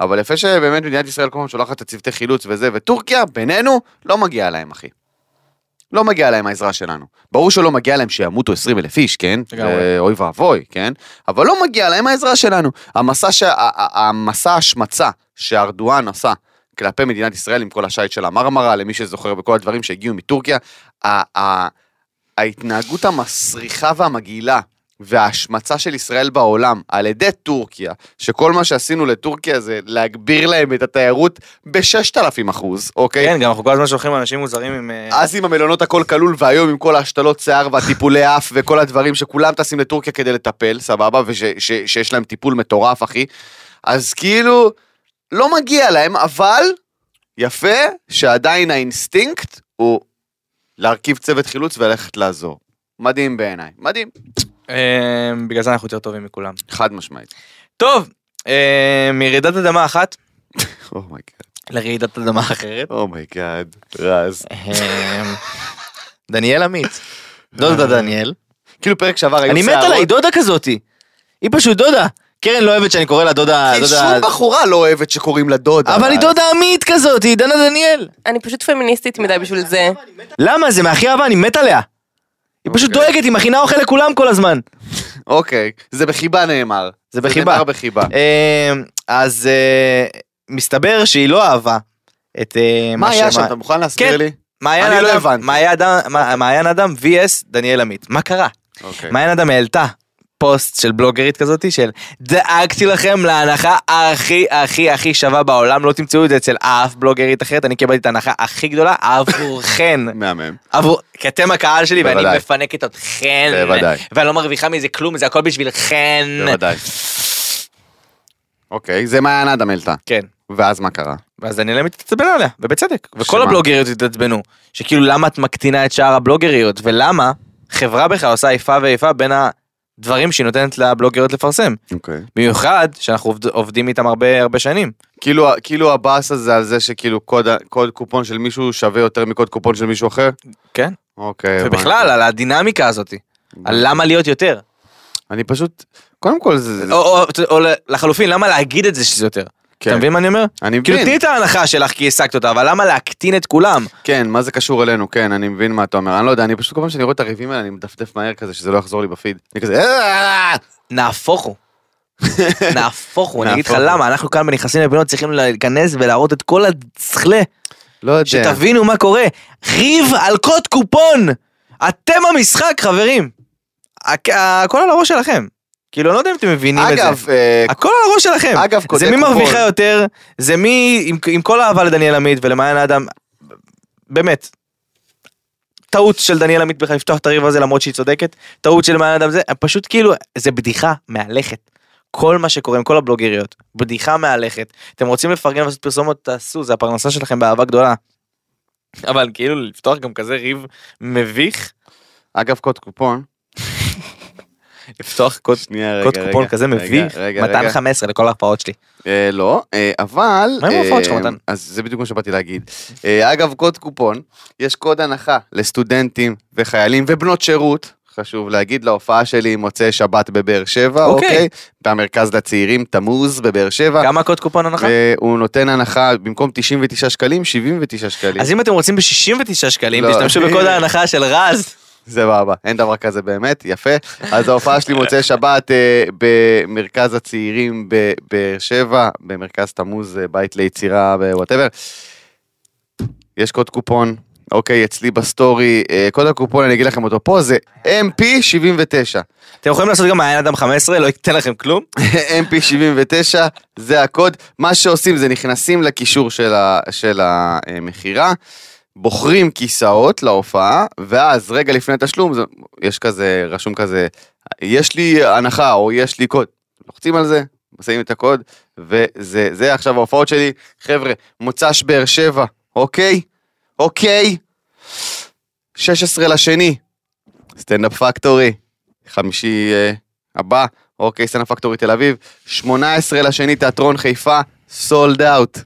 B: אבל יפה שבאמת מדינת ישראל כל הזמן שולחת את הצוותי חילוץ וזה, וטורקיה, בינינו, לא מגיעה להם, אחי. לא מגיעה להם העזרה שלנו. ברור שלא מגיע להם שימותו 20 אלף איש, כן?
C: לגמרי.
B: אה, אוי ואבוי, כן? אבל לא מגיעה להם העזרה שלנו. המסע, ש... ה- ה- המסע ההשמצה שארדואן עשה כלפי מדינת ישראל עם כל השייט של המרמרה, למי שזוכר, וכל הדברים שהגיעו מטורקיה, ה- ה- ההתנהגות המסריחה והמגעילה וההשמצה של ישראל בעולם על ידי טורקיה, שכל מה שעשינו לטורקיה זה להגביר להם את התיירות ב-6,000 אחוז, אוקיי?
C: כן, גם אנחנו כל הזמן שולחים אנשים מוזרים עם... אה,
B: אז עם המלונות הכל כלול, והיום עם כל ההשתלות שיער והטיפולי אף וכל הדברים שכולם טסים לטורקיה כדי לטפל, סבבה? ושיש להם טיפול מטורף, אחי. אז כאילו, לא מגיע להם, אבל יפה שעדיין האינסטינקט הוא להרכיב צוות חילוץ וללכת לעזור. מדהים בעיניי, מדהים.
C: אה, בגלל זה אנחנו יותר טובים מכולם.
B: חד משמעית.
C: טוב, אה, מרעידת אדמה אחת
B: אומייגאד,
C: לרעידת אדמה אחרת.
B: אומייגאד, רז. אמ,
C: אה, דניאל עמית. דודה דניאל.
B: כאילו פרק שעבר היו
C: אה. אני מת עליה, היא דודה כזאתי. היא פשוט דודה. קרן לא אוהבת שאני קורא לה דודה...
B: כי
C: דודה-
B: שום בחורה לא אוהבת שקוראים לה דודה.
C: אבל היא דודה עמית כזאת, היא דנה דניאל.
D: אני פשוט פמיניסטית מדי בשביל זה.
C: למה? זה מהכי אהבה, אני מת עליה. היא פשוט
B: אוקיי.
C: דואגת, היא מכינה אוכל לכולם כל הזמן.
B: אוקיי, זה בחיבה נאמר.
C: זה בחיבה.
B: נאמר בחיבה.
C: אה, אז אה, מסתבר שהיא לא אהבה את אה,
B: מה
C: שמה-
B: היה שם? אתה מוכן להסביר
C: כן.
B: לי?
C: מעיין
B: אני לא
C: אדם-
B: הבנתי.
C: מעיין אדם- מע- מעיין אדם vs דניאל עמית. מה קרה?
B: אוקיי.
C: מעיין אדם העלתה פוסט של בלוגרית כזאתי של דאגתי לכם להנחה הכי הכי הכי שווה בעולם, לא תמצאו את זה אצל אף בלוגרית אחרת, אני קיבלתי את ההנחה הכי גדולה עבורכן.
B: מהמם.
C: עבור, כי אתם הקהל שלי ואני
B: בוודאי.
C: מפנקת אתכן.
B: בוודאי.
C: ואני לא מרוויחה מזה כלום, זה הכל בשבילכן.
B: בוודאי. אוקיי, זה מעיין אדם העלתה.
C: כן.
B: ואז מה קרה?
C: ואז דניאל עמית התעצבן עליה, ובצדק. וכל
B: שמה?
C: הבלוגריות התעצבנו. שכאילו למה את מקטינה את שאר הבלוגריות, ולמה חברה בכלל עושה איפה ואיפה בין הדברים שהיא נותנת לבלוגריות לפרסם.
B: אוקיי.
C: במיוחד שאנחנו עובד, עובדים איתם הרבה הרבה שנים.
B: כאילו, כאילו הבאס הזה על זה שכאילו קוד, קוד קופון של מישהו שווה יותר מקוד קופון של מישהו אחר?
C: כן.
B: אוקיי. הבנתי.
C: ובכלל על הדינמיקה הזאת. על למה להיות יותר.
B: אני פשוט... קודם כל זה... זה-
C: או, או, או לחלופין למה להגיד את זה שזה יותר. אתה מבין מה אני אומר?
B: אני
C: כאילו
B: מבין.
C: תני את ההנחה שלך כי העסקת אותה, אבל למה להקטין את כולם?
B: כן, מה זה קשור אלינו? כן, אני מבין מה אתה אומר. אני לא יודע, אני פשוט כל פעם שאני רואה את הריבים האלה, אני מדפדף מהר כזה, שזה לא יחזור לי בפיד. אני כזה, "אה!"
C: נהפוך הוא. נהפוך הוא, אני אגיד לך
B: נהפוך הוא.
C: למה, אנחנו כאן בנכנסים לפינות צריכים להיכנס ולהראות את כל הצכלה,
B: לא יודע.
C: שתבינו מה קורה. ריב על קוד קופון! אתם המשחק, חברים! הכ- הכל על הראש שלכם. כאילו, אני לא יודע אם אתם מבינים את זה.
B: אגב, אה,
C: הכל על הראש שלכם.
B: אגב, קודי
C: זה מי
B: קופון.
C: מרוויחה יותר, זה מי, עם, עם כל אהבה לדניאל עמית ולמעיין האדם, באמת. טעות של דניאל עמית בכלל לפתוח את הריב הזה למרות שהיא צודקת, טעות של מעיין האדם זה, פשוט כאילו, זה בדיחה מהלכת. כל מה שקורה עם כל הבלוגריות, בדיחה מהלכת. אתם רוצים לפרגן ולעשות פרסומות, תעשו, זה הפרנסה שלכם באהבה גדולה. אבל כאילו, לפתוח גם כזה ריב מביך,
B: אגב, קוד קופון.
C: לפתוח קוד,
B: שנייה, רגע,
C: קוד
B: רגע.
C: קופון כזה
B: רגע,
C: מביך,
B: רגע, רגע.
C: 215 לכל ההרפאות שלי.
B: אה, לא, אה, אבל...
C: מה עם ההופעות
B: אה,
C: שלך, מתן?
B: אז זה בדיוק מה שבאתי להגיד. אה, אגב, קוד קופון, יש קוד הנחה לסטודנטים וחיילים ובנות שירות. חשוב להגיד להופעה שלי מוצאי שבת בבאר שבע,
C: אוקיי.
B: אוקיי? במרכז לצעירים, תמוז בבאר שבע.
C: כמה קוד קופון הנחה?
B: אה, הוא נותן הנחה במקום 99 שקלים, 79 שקלים.
C: אז אם אתם רוצים ב-69 שקלים,
B: לא.
C: תשתמשו בקוד ההנחה של רז.
B: זה בעבר, אין דבר כזה באמת, יפה. אז ההופעה שלי מוצאי שבת אה, במרכז הצעירים בבאר שבע, במרכז תמוז, אה, בית ליצירה ווואטאבר. יש קוד קופון, אוקיי, אצלי בסטורי, אה, קוד הקופון, אני אגיד לכם אותו פה, זה MP79.
C: אתם יכולים לעשות גם מעיין אדם 15, לא ייתן לכם כלום.
B: MP79, זה הקוד. מה שעושים זה נכנסים לקישור של, ה, של המכירה, בוחרים כיסאות להופעה, ואז רגע לפני תשלום, זה, יש כזה, רשום כזה, יש לי הנחה או יש לי קוד. לוחצים על זה, מסיימים את הקוד, וזה זה עכשיו ההופעות שלי. חבר'ה, מוצ"ש באר שבע, אוקיי? אוקיי? 16 לשני, סטנדאפ פקטורי, חמישי אה, הבא, אוקיי, סטנדאפ פקטורי תל אביב, 18 לשני, תיאטרון חיפה, סולד אאוט.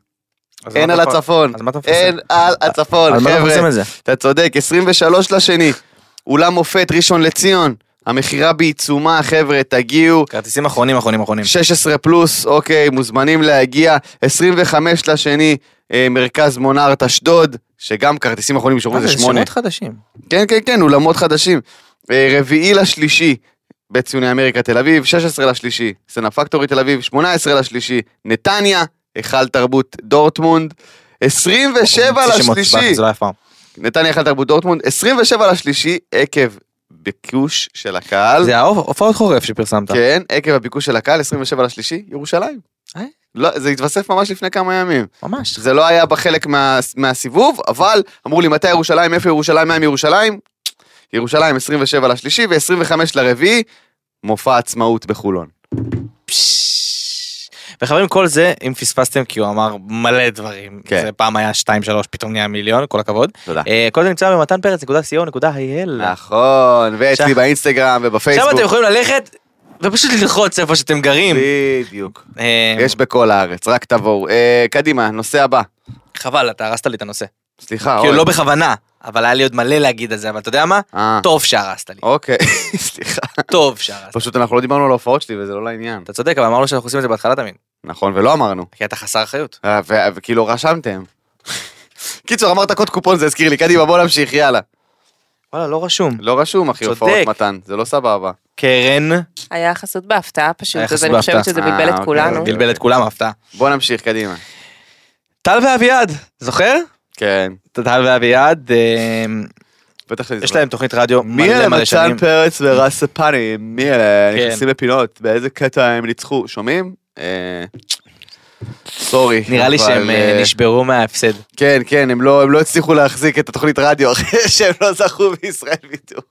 B: אין על הצפון,
C: אז מה אתה מפרסם? אה,
B: אין על הצפון,
C: על מה אתה מפרסם
B: חבר'ה,
C: את זה?
B: אתה צודק, 23 לשני, אולם מופת ראשון לציון, המכירה בעיצומה, חבר'ה, תגיעו,
C: כרטיסים אחרונים, אחרונים, אחרונים.
B: 16 פלוס, אוקיי, מוזמנים להגיע. 25 לשני, אה, מרכז מונארט אשדוד, שגם כרטיסים אחרונים שאומרים זה 8.
C: שמות חדשים.
B: כן, כן, כן, אולמות חדשים. אה, רביעי לשלישי, בית ציוני אמריקה תל אביב, 16 לשלישי, סצנה פקטורי תל אביב, 18 לשלישי, נתניה, היכל תרבות דורטמונד, 27
C: זה שמות
B: לשלישי,
C: סבבה, זה לא יפה.
B: נתניה היכל תרבות דורטמונד, 27 לשלישי, עקב ביקוש של הקהל.
C: זה ההופעות חורף שפרסמת.
B: כן, עקב הביקוש של הקהל, 27 לשלישי, ירושלים.
C: אה?
B: לא, זה התווסף ממש לפני כמה ימים.
C: ממש.
B: זה לא היה בחלק מה, מהסיבוב, אבל אמרו לי, מתי ירושלים, איפה ירושלים, מה עם ירושלים? ירושלים 27 לשלישי ו-25 לרביעי, מופע עצמאות בחולון.
C: פשש. וחברים, כל זה, אם פספסתם, כי הוא אמר מלא דברים.
B: כן.
C: זה פעם היה 2-3, פתאום נהיה מיליון, כל הכבוד.
B: תודה.
C: אה, כל זה נמצא במתן פרץ, נקודה co, נקודה אייל.
B: נכון, ואצלי
C: שם-
B: באינסטגרם ובפייסבוק.
C: שם אתם יכולים ללכת ופשוט ללחוץ איפה שאתם גרים.
B: בדיוק.
C: אה,
B: יש בכל הארץ, רק תבואו. אה, קדימה, נושא הבא.
C: חבל, אתה הרסת לי את הנושא.
B: סליחה,
C: כאילו
B: אוי.
C: לא בכוונה, אבל היה לי עוד מלא להגיד על זה, אבל אתה יודע מה?
B: אה,
C: טוב שהרסת לי.
B: אוקיי, סליחה.
C: טוב שהרסת.
B: פשוט אנחנו לא דיברנו על ההופעות שלי וזה לא לעניין.
C: אתה צודק, אבל אמרנו שאנחנו עושים את זה בהתחלה תמיד.
B: נכון, ולא אמרנו.
C: כי אתה חסר אחריות.
B: אה, ו- וכאילו רשמתם. קיצור, אמרת קוד קופון, זה הזכיר לי. קדימה, בוא נמשיך, יאללה.
C: וואלה, לא רשום.
B: לא רשום, אחי,
C: צודק.
B: הופעות מתן, זה לא סבבה.
C: קרן
D: היה חסות בהפתעה פשוט,
C: היה
D: אז
C: חסות
D: אני חושבת
C: בהפתעה.
D: שזה בלבל
B: אה,
D: את
B: אוקיי,
D: כולנו.
B: אוקיי.
C: בלבל את כולם, הפתעה.
B: בוא נמשיך, קדימה.
C: טל ואביעד, זוכר?
B: כן.
C: טל ואביעד, אמ,
B: בטח שאני
C: יש
B: זוכר.
C: להם תוכנית רדיו
B: מי
C: מלא
B: אלה
C: מלא שנים.
B: מתן פרץ ורס ספני? מי אלה?
C: כן.
B: נכנסים לפינות, באיזה קטע הם ניצחו? שומעים? אה, סורי.
C: נראה לי
B: אבל,
C: שהם אה,
B: אה,
C: נשברו מההפסד.
B: כן, כן, הם לא הם לא הצליחו להחזיק את התוכנית רדיו אחרי שהם לא זכו בישראל ביטוי.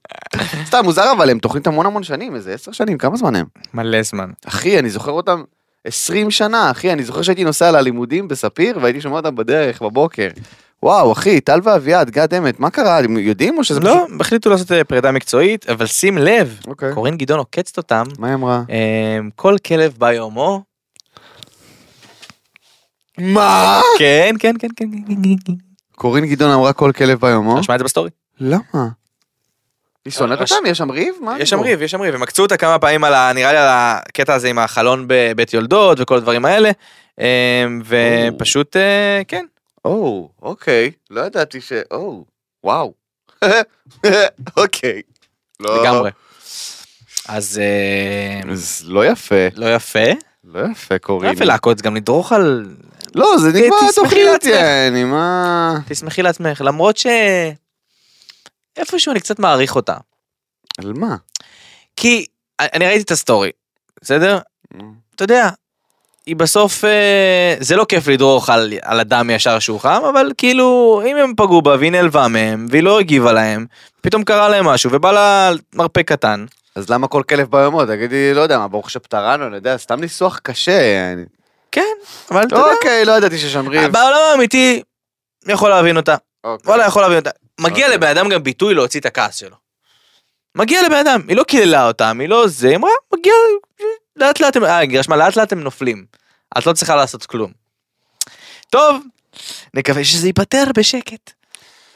B: סתם, מוזר אבל הם תוכנית המון המון שנים, איזה עשר שנים, כמה זמן הם?
C: מלא זמן.
B: אחי, אני זוכר אותם 20 שנה, אחי, אני זוכר שהייתי נוסע ללימודים בספיר והייתי שומע אותם בדרך בבוקר. וואו, אחי, טל ואביעד, גאד אמת, מה קרה? הם יודעים או שזה
C: לא,
B: פשוט...
C: החליטו לעשות אה, פרידה מקצועית, אבל שים לב,
B: אוקיי. אה.
C: קורין גדעון עוקצת אותם.
B: מה היא אמרה?
C: אמ, כל כלב ביומו.
B: מה?
C: כן, כן, כן, כן, כן, כן, כן.
B: קורין גדעון אמרה כל כלב ביומו?
C: אתה שומע את זה בסטורי.
B: למה? היא שונאת
C: הש-
B: אותם? יש שם ריב? מה
C: יש שם
B: הדיבור?
C: ריב, יש שם ריב. הם עקצו אותה כמה פעמים על ה... נראה לי על הקטע הזה עם החלון בבית יולדות וכל הדברים האלה. אמ, ופשוט, אה, כן.
B: או, אוקיי. לא ידעתי ש... או, וואו. אוקיי. לא-
C: לגמרי. אה. אז אה,
B: אז לא יפה.
C: לא יפה.
B: לא יפה,
C: לא
B: קורין.
C: יפה לעקוץ, גם לדרוך על...
B: לא, זה נגמר
C: תשמחי
B: התוכנית,
C: לעצמך.
B: יעני, מה...
C: תשמחי לעצמך, למרות ש... איפשהו אני קצת מעריך אותה.
B: על מה?
C: כי אני ראיתי את הסטורי, בסדר? אתה יודע, היא בסוף, אה, זה לא כיף לדרוך על, על אדם ישר שהוא חם, אבל כאילו, אם הם פגעו בה והיא נעלבה מהם, והיא לא הגיבה להם, פתאום קרה להם משהו, ובא לה מרפא קטן.
B: אז למה כל כלב ביומו? תגידי, לא יודע מה, ברוך שפטרנו, אני יודע, סתם ניסוח קשה, יעני.
C: כן, אבל אתה יודע,
B: אוקיי, לא ידעתי שיש שם ריב.
C: בעולם האמיתי, יכול להבין אותה.
B: אוקיי.
C: וואלה, יכול להבין אותה. מגיע
B: אוקיי.
C: לבן אדם גם ביטוי להוציא את הכעס שלו. מגיע לבן אדם, היא לא קיללה אותם, היא לא זה, היא אמרה, מגיע, לאט לאט הם, אה, היא רשמה, לאט לאט הם נופלים. את לא צריכה לעשות כלום. טוב, נקווה שזה ייפתר בשקט.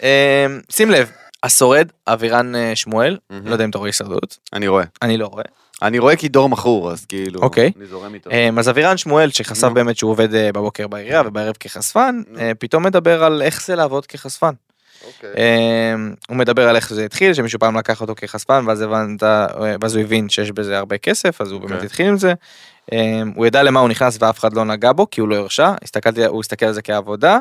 C: אה, שים לב, השורד, אבירן אה, שמואל,
B: מהמם.
C: לא יודע אם אתה רואה הישרדות,
B: אני רואה.
C: אני לא רואה.
B: אני רואה כי דור מכור, אז כאילו...
C: אוקיי.
B: אני זורם איתו.
C: אה, אז אבירן שמואל, שחשף
B: נו.
C: באמת שהוא עובד אה, בבוקר בעירייה ובערב כחשפן,
B: נו.
C: אה, פתאום מדבר על איך זה לעבוד כחשפן.
B: אוקיי.
C: אמ, הוא מדבר על איך זה התחיל שמישהו פעם לקח אותו כחשפן ואז הבנת אה, ואז הוא הבין שיש בזה הרבה כסף אז הוא באמת
B: אוקיי.
C: התחיל עם זה. אמ, הוא ידע למה הוא נכנס ואף אחד לא נגע בו כי הוא לא הרשה הסתכלתי הוא הסתכל על זה כעבודה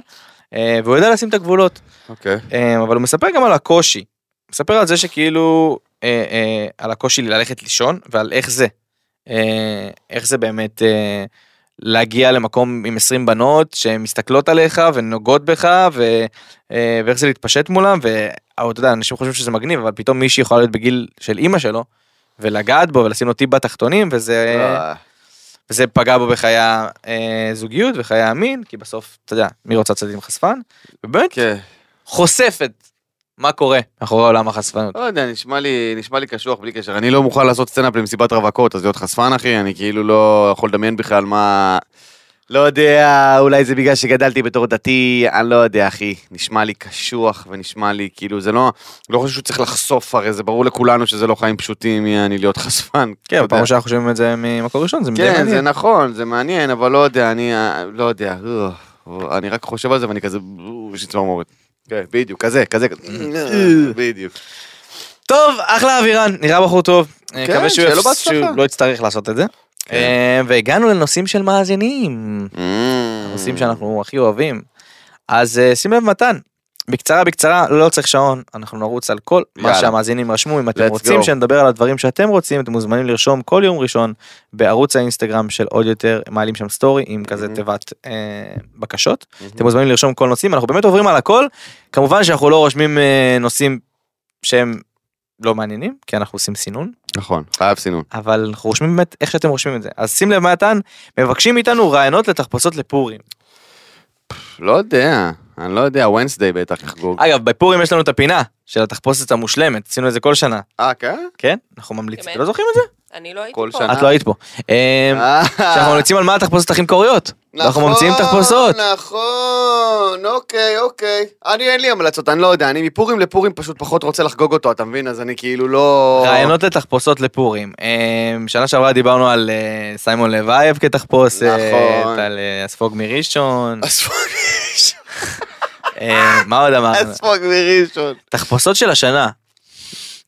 C: אה, והוא יודע לשים את הגבולות
B: אוקיי.
C: אמ, אבל הוא מספר גם על הקושי. הוא מספר על זה שכאילו אה, אה, על הקושי ללכת לישון ועל איך זה אה, איך זה באמת. אה, להגיע למקום עם 20 בנות שמסתכלות עליך ונוגעות בך ו, אה, ואיך זה להתפשט מולם ואתה יודע אנשים חושבים שזה מגניב אבל פתאום מישהי יכולה להיות בגיל של אימא שלו ולגעת בו ולשים לו טיפ בתחתונים וזה
B: אה,
C: וזה פגע בו בחיי הזוגיות וחיי המין כי בסוף אתה יודע מי רוצה לצאת עם חשפן ובאמת
B: כן.
C: חושף את מה קורה מאחורי עולם החשפנות.
B: לא יודע, נשמע לי, נשמע לי קשוח בלי קשר. אני לא מוכן לעשות סצנאפ למסיבת רווקות, אז להיות חשפן, אחי, אני כאילו לא יכול לדמיין בכלל מה... לא יודע, אולי זה בגלל שגדלתי בתור דתי, אני לא יודע, אחי. נשמע לי קשוח ונשמע לי, כאילו, זה לא... לא חושב שהוא צריך לחשוף, הרי זה ברור לכולנו שזה לא חיים פשוטים, יעני, להיות חשפן. אתה
C: כן,
B: יודע.
C: פעם שאנחנו חושבים את זה ממקור ראשון זה מדי
B: כן, זה
C: מעניין.
B: נכון, זה מעניין, אבל לא יודע, אני אה, לא יודע, אה, אה, אני רק חושב על זה ואני כזה, אה, יש לי צמרמורת. כן, בדיוק, כזה, כזה, כזה,
C: Mm.
B: אה, בדיוק.
C: טוב אחלה אבירן נראה בחור טוב. אני
B: כן,
C: מקווה שהוא
B: שיהיה לו
C: יפס-
B: בהצלחה.
C: שהוא לא יצטרך לעשות את זה. אה, והגענו לנושאים של מאזינים. הנושאים שאנחנו הכי אוהבים. אז אה, שים לב מתן, בקצרה בקצרה, לא צריך שעון, אנחנו נרוץ על כל מה
B: יאללה.
C: שהמאזינים רשמו, אם אתם
B: Let's
C: רוצים
B: go.
C: שנדבר על הדברים שאתם רוצים, אתם מוזמנים לרשום כל יום ראשון בערוץ האינסטגרם של עוד יותר, מעלים שם סטורי עם כזה
B: Mhm.
C: תיבת אה, בקשות, אתם מוזמנים לרשום כל נושאים, אנחנו באמת עוברים על הכל, כמובן שאנחנו לא רושמים אה, נושאים שהם לא מעניינים, כי אנחנו עושים סינון.
B: נכון, חייב סינון.
C: אבל אנחנו רושמים באמת איך שאתם רושמים את זה אז שים לב מתן מבקשים מאיתנו רעיונות לתחפושות לפורים
B: לא יודע, אני לא יודע, וונסדיי בטח יחגוג.
C: אגב, בפורים יש לנו את הפינה של התחפושת המושלמת, עשינו את זה כל שנה,
B: אה, כן?
C: כן? אנחנו ממליצים,
D: באמת?
C: אתם לא זוכרים את
D: אני לא הייתי
B: כל
D: פה.
B: שנה.
C: זה? את לא היית פה. אמ,
B: אה.
C: שאנחנו ממליצים על מה התחפושת הכי מקוריות. אנחנו ממציאים תחפושות.
B: נכון, אוקיי, אוקיי. אני, אין לי המלצות, אני לא יודע, אני מפורים לפורים פשוט פחות רוצה לחגוג אותו, אתה מבין? אז אני כאילו לא...
C: רעיונות לתחפושות לפורים. אמ, שנה שעברה דיברנו על אה, סיימון לוייב כתחפושת,
B: נכון.
C: על אה, הספוג מראשון,
B: אז פוג-
C: אה, מה עוד אמרנו?
B: אז פוג מראשון.
C: תחפושות של השנה.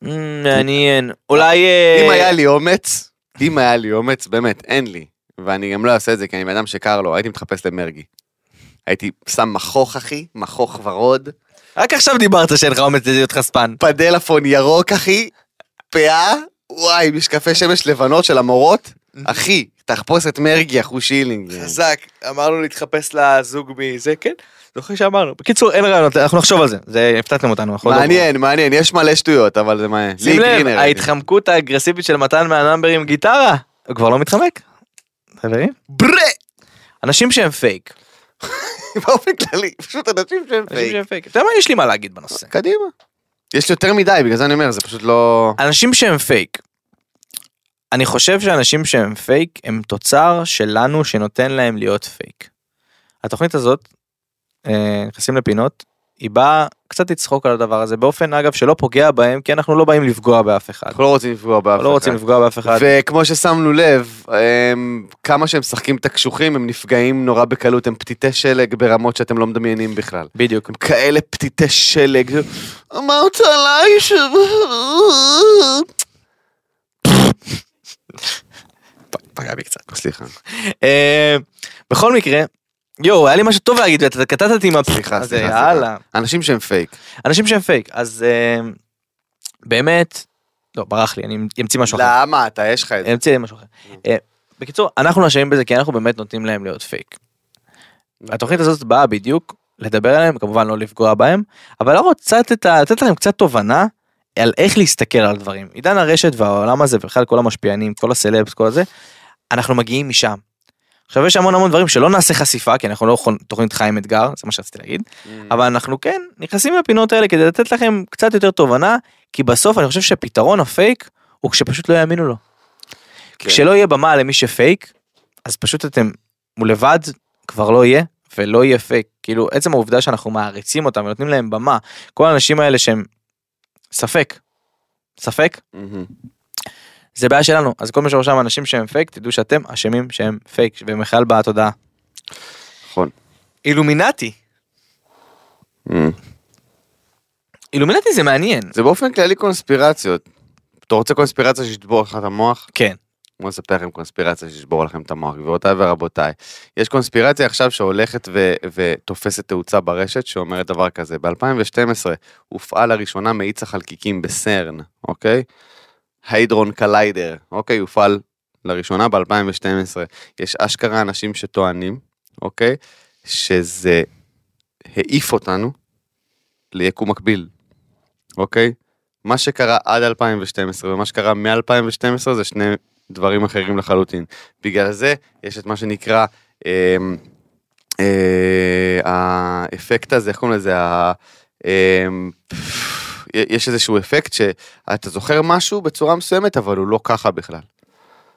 C: אמ, מעניין, אולי... אה,
B: אם היה לי אומץ, אם היה לי אומץ, באמת, אין לי. ואני גם לא אעשה את זה, כי אני בן אדם שקר לו, הייתי מתחפש למרגי. הייתי שם מכוך, אחי, מכוך ורוד,
C: רק עכשיו דיברת שאין לך אומץ להיות חשפן.
B: פדלפון ירוק, אחי, פאה, וואי, משקפי שמש לבנות של המורות, אחי, תחפושת מרגי, אחו שילינג.
C: חזק, אמרנו להתחפש לזוג מזה, כן? זוכר שאמרנו. בקיצור, אין רעיונות, אנחנו נחשוב על זה, זה הפתעתם אותנו. אנחנו עוד לא-
B: מעניין, מעניין, יש מלא שטויות, אבל זה מעניין.
C: שים
B: לי
C: לב,
B: גרינר,
C: ההתחמקות האגרסיבית של מתן מהנאמבר עם גיטרה, הוא כבר לא מתחמק. חברים?
B: ברה!
C: אנשים שהם פייק.
B: באופן כללי, פשוט אנשים שהם
C: אנשים
B: פייק.
C: שהם פייק. אתה יודע מה יש לי מה להגיד בנושא?
B: קדימה. יש יותר מדי, בגלל זה אני אומר, זה פשוט לא...
C: אנשים שהם פייק. אני חושב שאנשים שהם פייק הם תוצר שלנו שנותן להם להיות פייק. התוכנית הזאת, אה, נכנסים לפינות, היא באה קצת לצחוק על הדבר הזה, באופן אגב שלא פוגע בהם, כי אנחנו לא באים לפגוע באף אחד.
F: אנחנו לא רוצים לפגוע באף אחד.
C: לא רוצים לפגוע באף אחד.
B: וכמו ששמנו לב, הם, כמה שהם משחקים את הקשוחים, הם נפגעים נורא בקלות, הם פתיתי שלג ברמות שאתם לא מדמיינים בכלל.
C: בדיוק.
B: הם כאלה פתיתי שלג, אמרת עליי ש...
C: פגע בי קצת.
B: סליחה,
C: אה, בכל מקרה, יואו, היה לי משהו טוב להגיד, ואתה קטעת אותי עם הפ...
B: סליחה,
C: אז אה,
B: סליחה,
C: יאללה.
B: אנשים שהם פייק.
C: אנשים שהם פייק, אז אה, באמת, לא, ברח לי, אני אמציא משהו אחר.
B: למה אתה, יש לך את זה.
C: אמציא משהו אחר. אה, בקיצור, אנחנו אשמים בזה כי אנחנו באמת נותנים להם להיות פייק. התוכנית הזאת באה בדיוק לדבר עליהם, כמובן לא לפגוע בהם, אבל להראות קצת את ה... לתת לכם קצת תובנה על איך להסתכל על דברים. עידן הרשת והעולם הזה, ובכלל כל המשפיענים, כל הסלבס, כל הזה, אנחנו מגיעים משם. עכשיו יש המון המון דברים שלא נעשה חשיפה, כי אנחנו לא יכול- תוכנית חיים אתגר, זה מה שרציתי להגיד,
B: Mm,
C: אבל אנחנו כן נכנסים לפינות האלה כדי לתת לכם קצת יותר תובנה, כי בסוף אני חושב שפתרון הפייק הוא כשפשוט לא יאמינו לו.
B: כן.
C: כשלא יהיה במה למי שפייק, אז פשוט אתם הוא לבד כבר לא יהיה ולא יהיה פייק כאילו עצם העובדה שאנחנו מעריצים אותם ונותנים להם במה כל האנשים האלה שהם ספק ספק
B: מהמם.
C: זה בעיה שלנו אז כל מי שרושם אנשים שהם פייק תדעו שאתם אשמים שהם פייק והם בכלל בתודעה.
B: נכון.
C: אילומינטי
B: מהמם.
C: אילומינטי זה מעניין
B: זה באופן כללי קונספירציות. אתה רוצה קונספירציה שתשבור לך את המוח?
C: כן
B: בואו נספר לכם קונספירציה שתשבור לכם את המוח, גבירותיי ורבותיי. יש קונספירציה עכשיו שהולכת ו- ותופסת תאוצה ברשת, שאומרת דבר כזה, ב-2012 הופעל לראשונה מאיץ החלקיקים בסרן, אוקיי? היידרון קליידר, אוקיי? הופעל לראשונה ב-2012. יש אשכרה אנשים שטוענים, אוקיי? שזה העיף אותנו ליקום מקביל, אוקיי? מה שקרה עד 2012 ומה שקרה מ-2012 זה שני דברים אחרים לחלוטין. בגלל זה יש את מה שנקרא אמ, אה, האפקט הזה, איך קוראים לזה? ה- אמ, פפפ, יש איזשהו אפקט שאתה זוכר משהו בצורה מסוימת, אבל הוא לא ככה בכלל.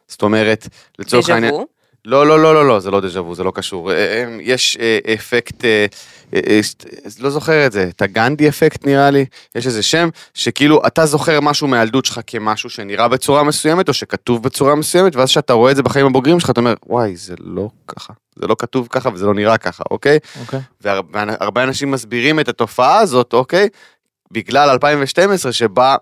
B: זאת אומרת, לצורך
D: דז'ה
B: העניין...
D: וו.
B: לא, לא, לא, לא, לא, זה לא דז'ה וו, זה לא קשור. אה, אה, יש אה, אפקט, אה, אה, אה, ס- אה, לא זוכר את זה, את הגנדי אפקט נראה לי, יש איזה שם, שכאילו אתה זוכר משהו מהילדות שלך כמשהו שנראה בצורה מסוימת, או שכתוב בצורה מסוימת, ואז כשאתה רואה את זה בחיים הבוגרים שלך, אתה אומר, וואי, זה לא ככה. זה לא כתוב ככה וזה לא נראה ככה, אוקיי?
C: אוקיי.
B: והרבה והרבה אנשים מסבירים את התופעה הזאת, אוקיי? בגלל 2012 שבה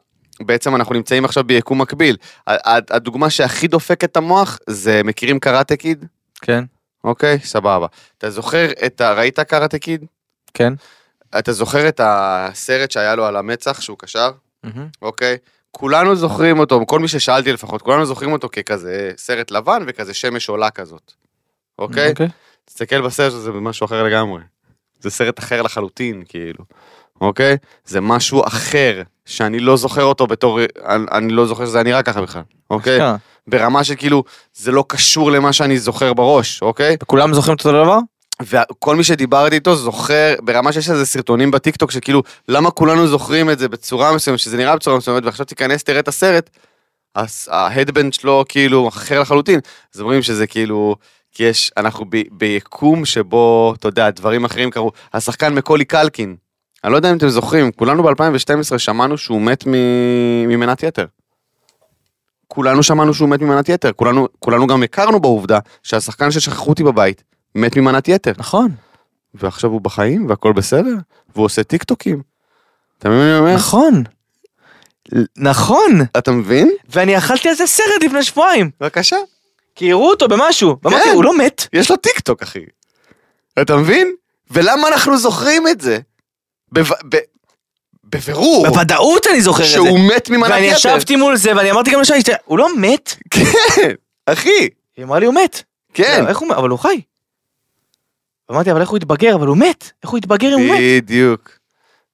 B: בעצם אנחנו נמצאים עכשיו ביקום מקביל. ה- ה- הדוגמה שהכי דופקת את המוח זה מכירים קראטה קיד?
C: כן
B: אוקיי, סבבה. אתה זוכר את ה... ראית קראטה קיד?
C: כן.
B: אתה זוכר את הסרט שהיה לו על המצח שהוא קשר?
C: מהמם.
B: אוקיי? כולנו זוכרים אותו, כל מי ששאלתי לפחות, כולנו זוכרים אותו ככזה סרט לבן וכזה שמש עולה כזאת. אוקיי? תסתכל בסרט הזה, זה משהו אחר לגמרי. זה סרט אחר לחלוטין, כאילו. אוקיי? זה משהו אחר, שאני לא זוכר אותו בתור... אני, אני לא זוכר שזה היה נראה ככה בכלל, אוקיי?
C: אה,
B: ברמה של כאילו, זה לא קשור למה שאני זוכר בראש, אוקיי?
C: וכולם זוכרים את אותו דבר?
B: וכל מי שדיברתי איתו זוכר, ברמה שיש איזה סרטונים בטיקטוק שכאילו, למה כולנו זוכרים את זה בצורה מסוימת, שזה נראה בצורה מסוימת, ועכשיו תיכנס, תראה את הסרט, אז ההדבנד שלו כאילו אחר לחלוטין. אז אומרים שזה כאילו, כי יש, אנחנו ב, ביקום שבו, אתה יודע, דברים אחרים קרו. השחקן מקולי קלקין, אני לא יודע אם אתם זוכרים, כולנו ב-2012 שמענו שהוא מת מ- ממנת יתר. כולנו שמענו שהוא מת ממנת יתר, כולנו, כולנו גם הכרנו בעובדה שהשחקן ששכחו אותי בבית מת ממנת יתר.
C: נכון.
B: ועכשיו הוא בחיים והכל בסדר, והוא עושה טיקטוקים. אתה מבין מה אני אומר?
C: נכון.
B: אה.
C: נכון.
B: אתה מבין?
C: ואני אכלתי על זה סרט לפני שבועיים.
B: בבקשה.
C: כי הראו אותו במשהו. ואמרתי,
B: כן.
C: הוא לא מת.
B: יש לו טיקטוק, אחי. אתה מבין? ולמה אנחנו זוכרים את זה? בב- ב- בבירור,
C: בוודאות אני זוכר את זה.
B: שהוא מת ממנת יתר.
C: ואני ישבתי מול זה ואני אמרתי גם לשי, "תראה, הוא לא מת?
B: כן, אחי,
C: היא אמרה לי הוא מת.
B: כן.
C: לא, איך הוא מת? אבל הוא חי. אמרתי אבל איך הוא התבגר אבל הוא מת. איך הוא התבגר אם הוא מת?
B: בדיוק,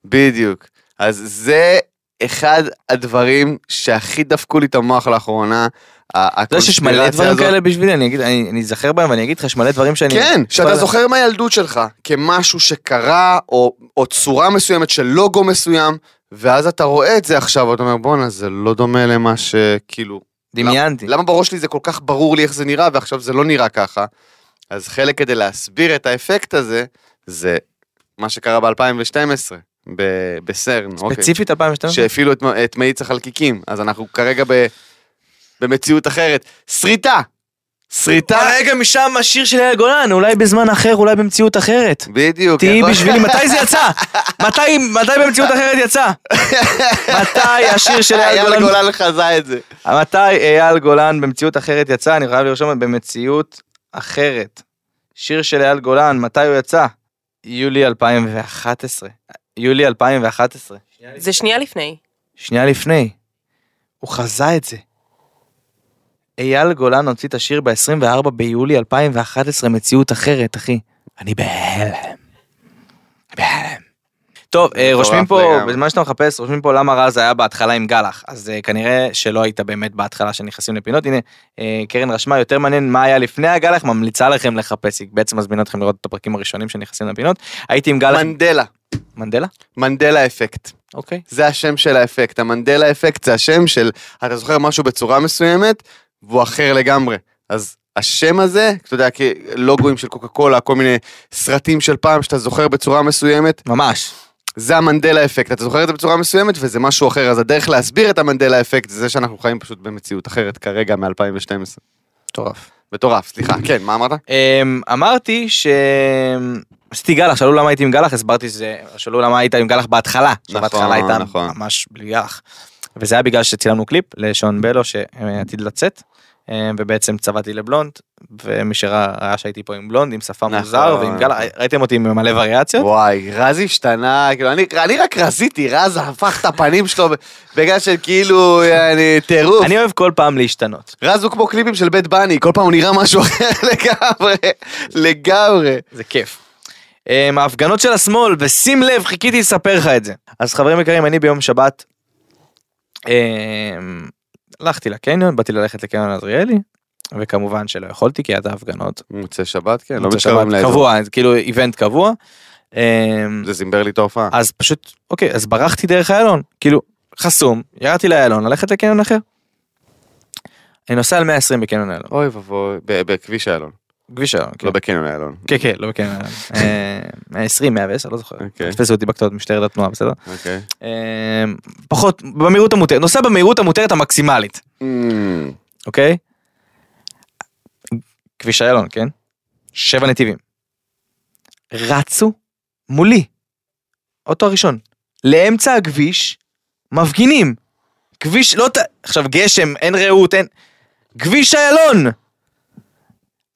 B: בדיוק. אז זה אחד הדברים שהכי דפקו לי את המוח לאחרונה. ה-
C: אתה יודע שיש מלא
B: הקונספירציה
C: דברים
B: הזאת.
C: כאלה בשבילי אני אגיד אני אני אזכר בהם ואני אגיד לך יש מלא דברים שאני
B: כן, שאתה
C: וואלה.
B: זוכר מהילדות שלך כמשהו שקרה, או, או צורה מסוימת של לוגו מסוים, ואז אתה רואה את זה עכשיו, ואתה אומר, בואנה, זה לא דומה למה שכאילו...
C: דמיינתי.
B: למה בראש שלי זה כל כך ברור לי איך זה נראה, ועכשיו זה לא נראה ככה? אז חלק כדי להסביר את האפקט הזה, זה מה שקרה ב-2012, ב- בסרן, אוקיי.
C: ספציפית 2012?
B: שהפעילו את, את מאיץ החלקיקים, אז אנחנו כרגע ב, במציאות אחרת. שריטה! שריטה!
C: רגע משם השיר של אייל גולן, אולי בזמן אחר, אולי במציאות אחרת.
B: בדיוק. נכון?
C: תהיי
B: יכול-
C: בשבילי, מתי זה יצא? מתי, מתי במציאות אחרת יצא? מתי השיר של אייל
B: אייל
C: גולן?
B: אה, גולן חזה את זה.
C: מתי אייל גולן במציאות אחרת יצא? אני חייב לרשום במציאות אחרת. שיר של אייל גולן, מתי הוא יצא? יולי 2011. יולי 2011.
D: זה שנייה לפני.
C: שנייה לפני. הוא חזה את זה. אייל גולן הוציא את השיר ב-24 ביולי 2011, מציאות אחרת, אחי. אני בהלם. בהלם. טוב, אה,
B: מטורף
C: רושמים פה,
B: לגמרי.
C: בזמן שאתה מחפש, רושמים פה למה רז היה בהתחלה עם גלח. אז אה, כנראה שלא היית באמת בהתחלה שנכנסים לפינות. הנה, אה, קרן רשמה, יותר מעניין מה היה לפני הגלח, ממליצה לכם לחפש, היא בעצם מזמינה אתכם לראות את הפרקים הראשונים שנכנסים לפינות. הייתי עם גלח...
B: מנדלה.
C: מנדלה?
B: מנדלה אפקט.
C: אוקיי.
B: זה השם של האפקט. המנדלה אפקט זה השם של, אתה זוכר משהו בצורה מסוימת, והוא אחר לגמרי. אז השם הזה, אתה יודע, כלוגוים של קוקה קולה, כל מיני סרטים של פעם שאתה זוכר בצורה מסוימת,
C: ממש.
B: זה המנדלה אפקט. אתה זוכר את זה בצורה מסוימת וזה משהו אחר. אז הדרך להסביר את המנדלה אפקט זה זה שאנחנו חיים פשוט במציאות אחרת כרגע מ-2012.
C: מטורף.
B: מטורף, סליחה. כן, מה אמרת?
C: אמ, אמרתי ש... עשיתי גלח, שאלו למה הייתי עם גלח, הסברתי שזה... שאלו למה היית עם גלח בהתחלה.
B: נכון,
C: שבהתחלה הייתה
B: נכון.
C: ממש בלי גלח. וזה היה בגלל שצילמנו קליפ לשון בלו שעתיד לצאת, אמ, ובעצם צבעתי לבלונד, ומי שראה ראה שהייתי פה עם בלונד, עם שפה
B: נכון.
C: מוזר, ועם גלח, ראיתם אותי עם מלא וריאציות?
B: וואי, רז השתנה, כאילו, אני, אני רק רזיתי, רז הפך את הפנים שלו בגלל של כאילו, אני, טירוף.
C: אני אוהב כל פעם להשתנות.
B: רז הוא כמו קליפים של בית בני, כל פעם הוא נראה משהו אחר לגמרי, לגמרי.
C: זה כיף. אמ, ההפגנות של השמאל, ושים לב, חיכיתי לספר לך את זה. אז חברים יקרים, אני ביום שבת, אמ, הלכתי לקניון, באתי ללכת לקניון עזריאלי, וכמובן שלא יכולתי כי היה את ההפגנות.
B: מוצא שבת, כן,
C: מוצאי שבת קבוע, זה כאילו איבנט קבוע. אמ,
B: זה זימבר לי את ההופעה.
C: אז פשוט, אוקיי, אז ברחתי דרך איילון, כאילו, חסום, ירדתי לאיילון, ללכת לקניון אחר. אני נוסע על 120 בקניון איילון,
B: אוי ואבוי, ב- בכביש איילון,
C: כביש איילון, כאילו.
B: לא בקניון איילון.
C: כן כן לא כן אה, 120 110 לא זוכר.
B: אוקיי.
C: תפסו אותי בקטעות משטרת התנועה בסדר.
B: אוקיי.
C: אה, פחות במהירות המותרת נוסע במהירות המותרת המקסימלית
B: Mm.
C: אוקיי. כביש איילון כן. שבע נתיבים. רצו מולי. אוטו הראשון. לאמצע הכביש מפגינים. כביש לא ת... עכשיו גשם אין רעות אין. כביש איילון.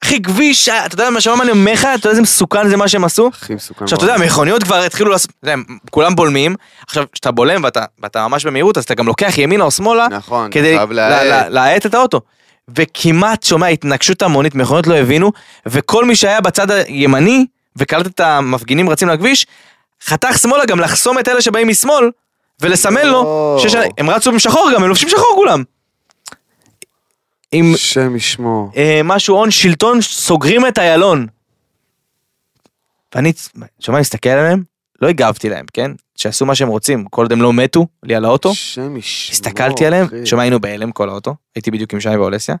C: אחי כביש אתה יודע מה שמע מה אני אומר לך אתה יודע איזה מסוכן זה מה שהם עשו.
B: הכי מסוכן.
C: עכשיו אתה יודע, מכוניות כבר התחילו לעשות, אתה יודע, הם כולם בולמים, עכשיו כשאתה בולם ואתה, ואתה ממש במהירות אז אתה גם לוקח ימינה או שמאלה,
B: נכון,
C: כדי
B: חייב
C: ל- ל-
B: להאט.
C: להאט את האוטו. וכמעט שומע התנגשות המונית, מכוניות לא הבינו, וכל מי שהיה בצד הימני וקלט את המפגינים רצים לכביש, חתך שמאלה גם לחסום את אלה שבאים משמאל, ולסמן לו,
B: יואו.
C: שיש, הם רצו עם שחור גם, הם לובשים שחור כולם. עם
B: השם ישמור.
C: אה, משהו הון שלטון סוגרים את איילון. ואני שומע מסתכל עליהם לא הגבתי להם כן שעשו מה שהם רוצים כל עוד הם לא מתו לי על האוטו
B: השם ישמור.
C: הסתכלתי עליהם
B: לא, אחי.
C: שומע היינו בהלם כל האוטו הייתי בדיוק עם שי ואולסיה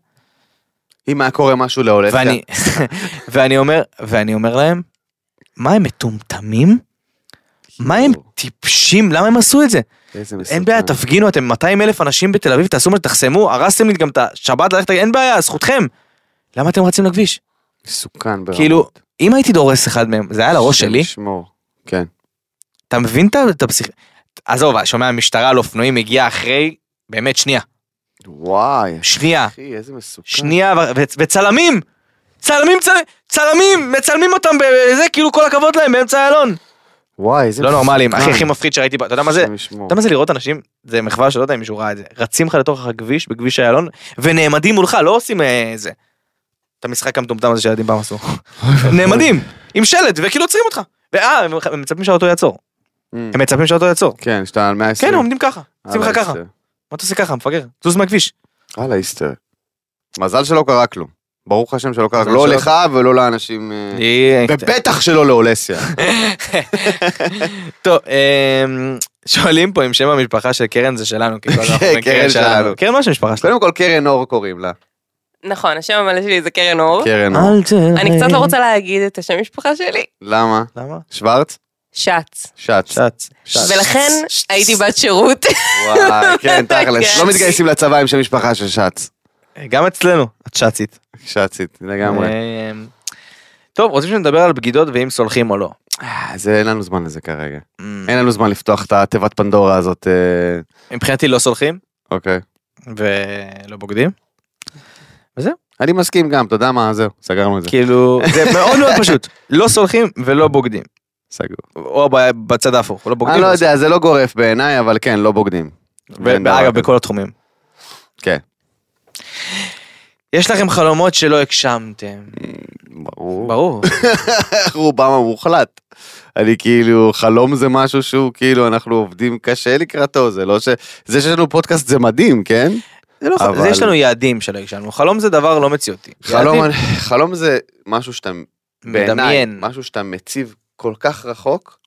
B: אם היה קורה משהו לאולסיה.
C: ואני ואני אומר ואני אומר להם מה הם מטומטמים מה הם טיפשים למה הם עשו את זה
B: כאילו, איזה מסוכן.
C: אין בעיה תפגינו אתם 200 אלף אנשים בתל אביב תעשו מה שתחסמו הרסתם לי גם את השבת ללכת אין בעיה זכותכם. למה אתם רצים לכביש
B: מסוכן ברמות.
C: כאילו, אם הייתי דורס אחד מהם, זה היה על הראש
B: השם
C: שלי,
B: ישמור. כן.
C: אתה מבין את ה- את הפסיכ... עזוב, שומע משטרה על אופנועים הגיעה אחרי, באמת שנייה,
B: וואי.
C: שנייה,
B: אחי, איזה מסוכן.
C: שנייה, ו- ו- וצלמים, צלמים, צל- צלמים, מצלמים אותם בזה, כאילו כל הכבוד להם באמצע איילון.
B: וואי, איזה
C: לא נורמלים,
B: מסוכן.
C: הכי הכי מפחיד שראיתי, ב- אתה יודע מה זה?
B: השם ישמור.
C: אתה יודע מה זה לראות אנשים, זה מחווה שלא יודע אם מישהו ראה את זה, רצים לך לתוך הכביש, בכביש איילון, ונעמדים מולך, לא עושים אה, זה. את המשחק המטומטם הזה שילדים פעם עשו. נעמדים, עם שלט, וכאילו עוצרים אותך. ואה, הם- הם מצפים שהאוטו יעצור. הם מצפים שהאוטו יעצור.
B: Mm. כן, אה, שאתה על 120.
C: כן, הם עומדים ככה, עושים לך
B: אללה
C: ככה.
B: יסתר.
C: מה אתה עושה ככה, מפגר? זוז מהכביש.
B: אללה היסטר. מזל שלא קרה כלום. ברוך השם שלא קרה
C: מזל
B: כלום. לא
C: שלא-
B: לך ולא לאנשים... אה, ובטח שלא לאולסיה.
C: אה, טוב, אמ, שואלים פה אם שם המשפחה של קרן זה שלנו, כי כל הזמן אנחנו
B: כן,
C: אומרים קרן
B: קרן
C: שלנו.
B: שלנו.
C: קרן, מה שם המשפחה שלנו?
B: קודם כל קרן אור קוראים לה.
D: נכון, השם המלא שלי זה קרן
C: אה?
B: כן.
D: אור.
B: קרן אור.
D: לא אני קצת לא רוצה להגיד את השם משפחה שלי.
B: למה?
C: למה?
B: שוורץ?
D: שץ.
B: שץ.
C: שץ.
D: ולכן הייתי בת שירות.
B: וואי, כן, תכלס.
D: כן.
B: לא מתגייסים לצבא עם שם משפחה של שץ.
C: אה, גם אצלנו, את שצית.
B: שצית, לגמרי.
C: אה, טוב, רוצים שנדבר על בגידות ואם סולחים או לא. אמ,
B: אה, זה, אין לנו זמן לזה כרגע. אין לנו זמן לפתוח את התיבת פנדורה הזאת. אה,
C: מבחינתי לא סולחים
B: אוקיי.
C: ולא בוגדים.
B: אני מסכים גם, אתה יודע מה, זהו, סגרנו את זה.
C: כאילו, זה מאוד מאוד פשוט. לא סולחים ולא בוגדים.
B: סגור.
C: או ב- בצד ההפוך, לא בוגדים.
B: אני לא יודע, זה לא גורף בעיניי, אבל כן, לא בוגדים. אין דבר
C: ואגב,
B: כזה.
C: בכל התחומים.
B: כן.
C: יש לכם חלומות שלא הגשמתם.
B: ברור.
C: ברור.
B: רובם המוחלט. אני כאילו, חלום זה משהו שהוא כאילו, אנחנו עובדים קשה לקראתו, זה לא ש... זה שיש לנו פודקאסט זה מדהים, כן?
C: זה לא
B: אבל-
C: חלום, יש לנו יעדים שלא הגשמנו. חלום זה דבר לא מציאותי.
B: חלום,
C: יעדים,
B: חלום זה משהו שאתה, בעיניי,
C: מדמיין.
B: משהו שאתה מציב כל כך רחוק,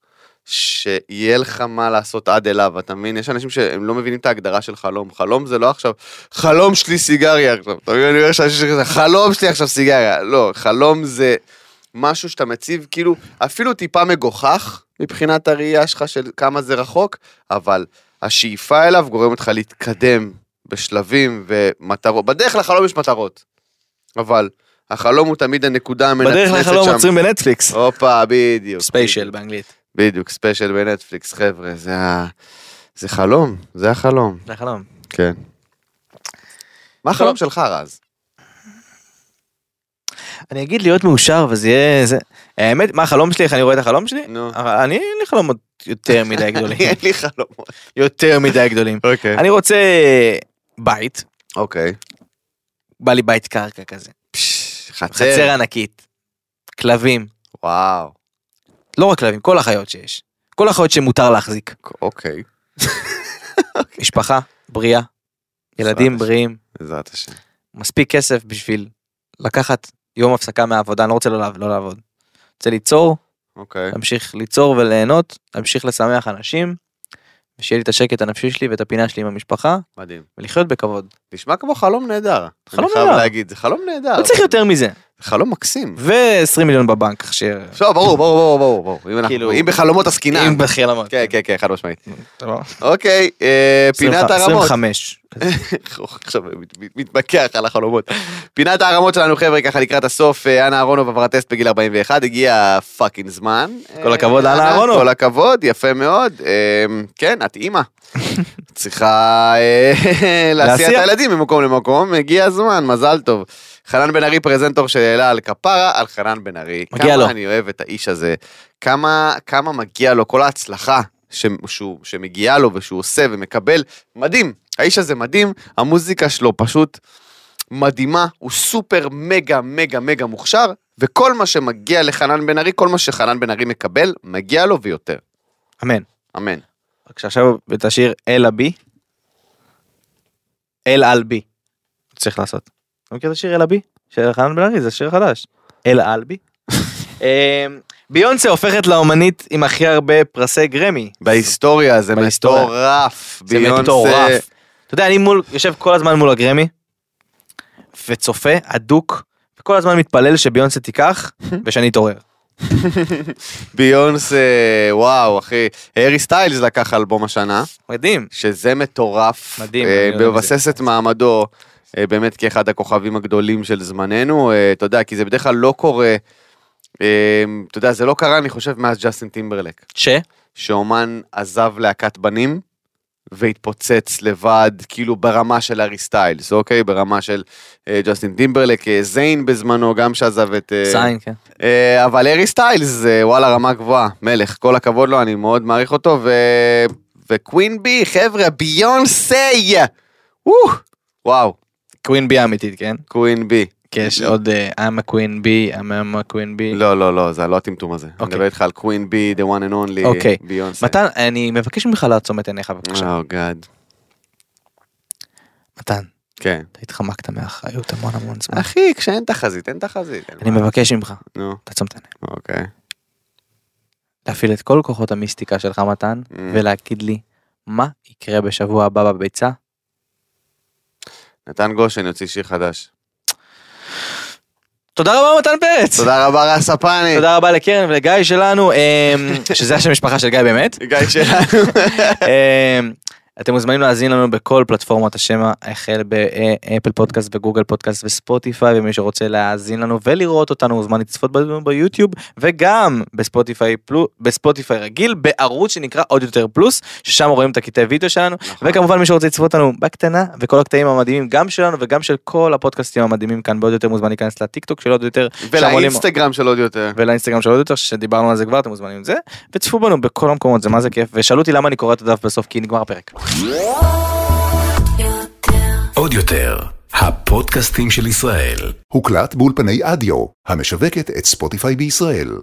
B: שיהיה לך מה לעשות עד אליו, אתה מבין? יש אנשים שהם לא מבינים את ההגדרה של חלום. חלום זה לא עכשיו, חלום שלי סיגריה עכשיו. אתה מבין? אני אומר שאנשים שכזה, חלום שלי עכשיו סיגריה. לא, חלום זה משהו שאתה מציב, כאילו, אפילו טיפה מגוחך מבחינת הראייה שלך של כמה זה רחוק, אבל השאיפה אליו גורמת לך להתקדם בשלבים ומטרות. בדרך לחלום יש מטרות, אבל החלום הוא תמיד הנקודה
C: בדרך
B: המנצנצת
C: לחלום
B: שם. לא,
C: עוצרים בנטפליקס.
B: הופה, בדיוק.
C: ספיישל באנגלית.
B: בדיוק, ספיישל בנטפליקס, חבר'ה, זה ה... זה חלום, זה החלום.
C: זה החלום.
B: כן. מה החלום שלך, רז?
C: אני אגיד להיות מאושר וזה יהיה זה. האמת, מה החלום שלי, איך אני רואה את החלום שלי?
B: נו.
C: אבל אני אין לי חלומות יותר מדי גדולים.
B: אין לי חלומות.
C: יותר מדי גדולים.
B: אוקיי.
C: אני רוצה בית,
B: אוקיי.
C: בא לי בית קרקע כזה.
B: פש,
C: חצר
B: חצר.
C: ענקית. כלבים.
B: וואו.
C: לא רק כלבים, כל החיות שיש. כל החיות שמותר להחזיק.
B: אוקיי.
C: משפחה בריאה. ילדים
B: השם.
C: בריאים.
B: בעזרת השם.
C: מספיק כסף בשביל לקחת יום הפסקה מהעבודה, אני לא רוצה לא, לעב- לא לעבוד. רוצה ליצור,
B: אוקיי.
C: להמשיך ליצור וליהנות, להמשיך לשמח אנשים, ושיהיה לי את השקט הנפשי שלי ואת הפינה שלי עם המשפחה,
B: מדהים.
C: ולחיות בכבוד.
B: נשמע כמו חלום נהדר.
C: חלום
B: אני חייב
C: נהדר.
B: להגיד, זה חלום נהדר.
C: לא צריך יותר מזה.
B: זה חלום מקסים.
C: ו-20 מיליון בבנק, כך ש...
B: עכשיו, לא, ברור, ברור, ברור, ברור, ברור. אם אנחנו-
C: כאילו-
B: אם בחלומות עסקינן.
C: אם בחלומות.
B: כן, כן, כן, חד משמעית.
C: אתה לא-
B: אוקיי, אה, פינת
C: 25,
B: הרמות.
C: 25.
B: עכשיו מת- מת- מתמקח על החלומות. פינת הערמות שלנו חבר'ה ככה לקראת הסוף אה, אנה אהרונוב עברה טסט בגיל 41 הגיע פאקינג זמן.
C: כל
B: אה,
C: הכבוד, אנה אהרונוב.
B: כל הכבוד יפה מאוד אה, כן את אימא. צריכה אה, להסיע את
C: להסיע.
B: הילדים ממקום למקום הגיע הזמן מזל טוב. חנן בן ארי פרזנטור שהעלה על כפרה על חנן בן ארי.
C: מגיע
B: כמה
C: לו.
B: אני אוהב את האיש הזה. כמה כמה מגיע לו כל ההצלחה ש- שהוא- שמגיעה לו ושהוא עושה ומקבל מדהים, האיש הזה מדהים, המוזיקה שלו פשוט מדהימה, הוא סופר מגה מגה מגה מוכשר, וכל מה שמגיע לחנן בן ארי, כל מה שחנן בן ארי מקבל, מגיע לו ויותר.
C: אמן.
B: אמן.
C: רק שעכשיו תשאיר אל הבי. אל על בי. צריך לעשות. אתה מכיר את השיר אל הבי? של חנן בן ארי, זה שיר חדש. אל על בי. אמ, ביונסה הופכת לאומנית עם הכי הרבה פרסי גרמי.
B: בהיסטוריה זה
C: בהיסטוריה.
B: מטורף,
C: זה
B: ביונסה.
C: מטורף. אתה יודע, אני מול, יושב כל הזמן מול הגרמי, וצופה, אדוק, וכל הזמן מתפלל שביונסה תיקח, ושאני אתעורר.
B: ביונסה, וואו אחי, הארי סטיילס לקח אלבום השנה,
C: מדהים.
B: שזה מטורף.
C: מדהים,
B: אה,
C: אני אוהב את
B: מבסס את מעמדו אה, באמת כאחד הכוכבים הגדולים של זמננו, אה, אתה יודע, כי זה בדרך כלל לא קורה, אה, אתה יודע, זה לא קרה, אני חושב, מאז ג'סטין טימברלק.
C: ש?
B: שאומן עזב להקת בנים והתפוצץ לבד, כאילו ברמה של הארי סטיילס, אוקיי? ברמה של אה, ג'סטין טימברלק, אה, זיין בזמנו, גם שעזב את... אה,
C: זין, כן.
B: אה, אבל הארי סטיילס, זה, וואלה, רמה גבוהה, מלך, כל הכבוד לו, אני מאוד מעריך אותו, ו... וקווין בי, חבר'ה, ביונסי! וואו, וואו,
C: קווין בי האמיתית, כן?
B: קווין בי.
C: כי יש עוד אה, I'm a queen bee, I'm a queen bee.
B: לא, לא, לא, זה לא הטמטום הזה. אני
C: אוקיי.
B: מדבר איתך על קווין בי, the one and only,
C: אוקיי.
B: ביונסי.
C: מתן, אני מבקש ממך לעצום את עיניך בבקשה.
B: או גאד.
C: מתן,
B: כן.
C: אתה התחמקת מהאחריות המון המון זמן.
B: אחי, כשאין תחזית, אין תחזית. אין
C: אני
B: מה.
C: מבקש ממך,
B: נו,
C: תעצום את עיניך.
B: אוקיי.
C: להפעיל את כל כוחות המיסטיקה שלך, מתן,
B: Mm.
C: ולהגיד לי מה יקרה בשבוע הבא בביצה.
B: נתן גושן יוציא שיר חדש.
C: תודה רבה מתן פרץ.
G: תודה רבה רס הפאני.
C: תודה רבה לקרן ולגיא שלנו, אמ, שזה השם משפחה של גיא באמת.
G: גיא שלנו.
C: אמ, אתם מוזמנים להאזין לנו בכל פלטפורמות השמע, החל באפל פודקאסט וגוגל פודקאסט וספוטיפיי, ומי שרוצה להאזין לנו ולראות אותנו מוזמן לצפות בנו ביוטיוב, וגם בספוטיפיי, פלו, בספוטיפיי רגיל, בערוץ שנקרא עוד יותר פלוס, ששם רואים את הקטעי וידאו שלנו, וכמובן מי שרוצה לצפות אותנו בקטנה, וכל הקטעים המדהימים, גם שלנו וגם של כל הפודקאסטים המדהימים כאן בעוד יותר, מוזמן להיכנס לטיקטוק של עוד יותר. שם עולים-
G: ולאינסטגרם של עוד יותר.
C: ולאינסטגרם של עוד יותר שדיברנו על זה כבר אתם מוזמנים לזה וצפו בנו בכל המקומות זה מה זה כיף ושאלו אותי למה אני קורא את הדף בסוף כי נגמר הפרק.
A: עוד יותר, הפודקאסטים של ישראל.
H: הוקלט באולפני אדיו, המשווקת את ספוטיפיי בישראל.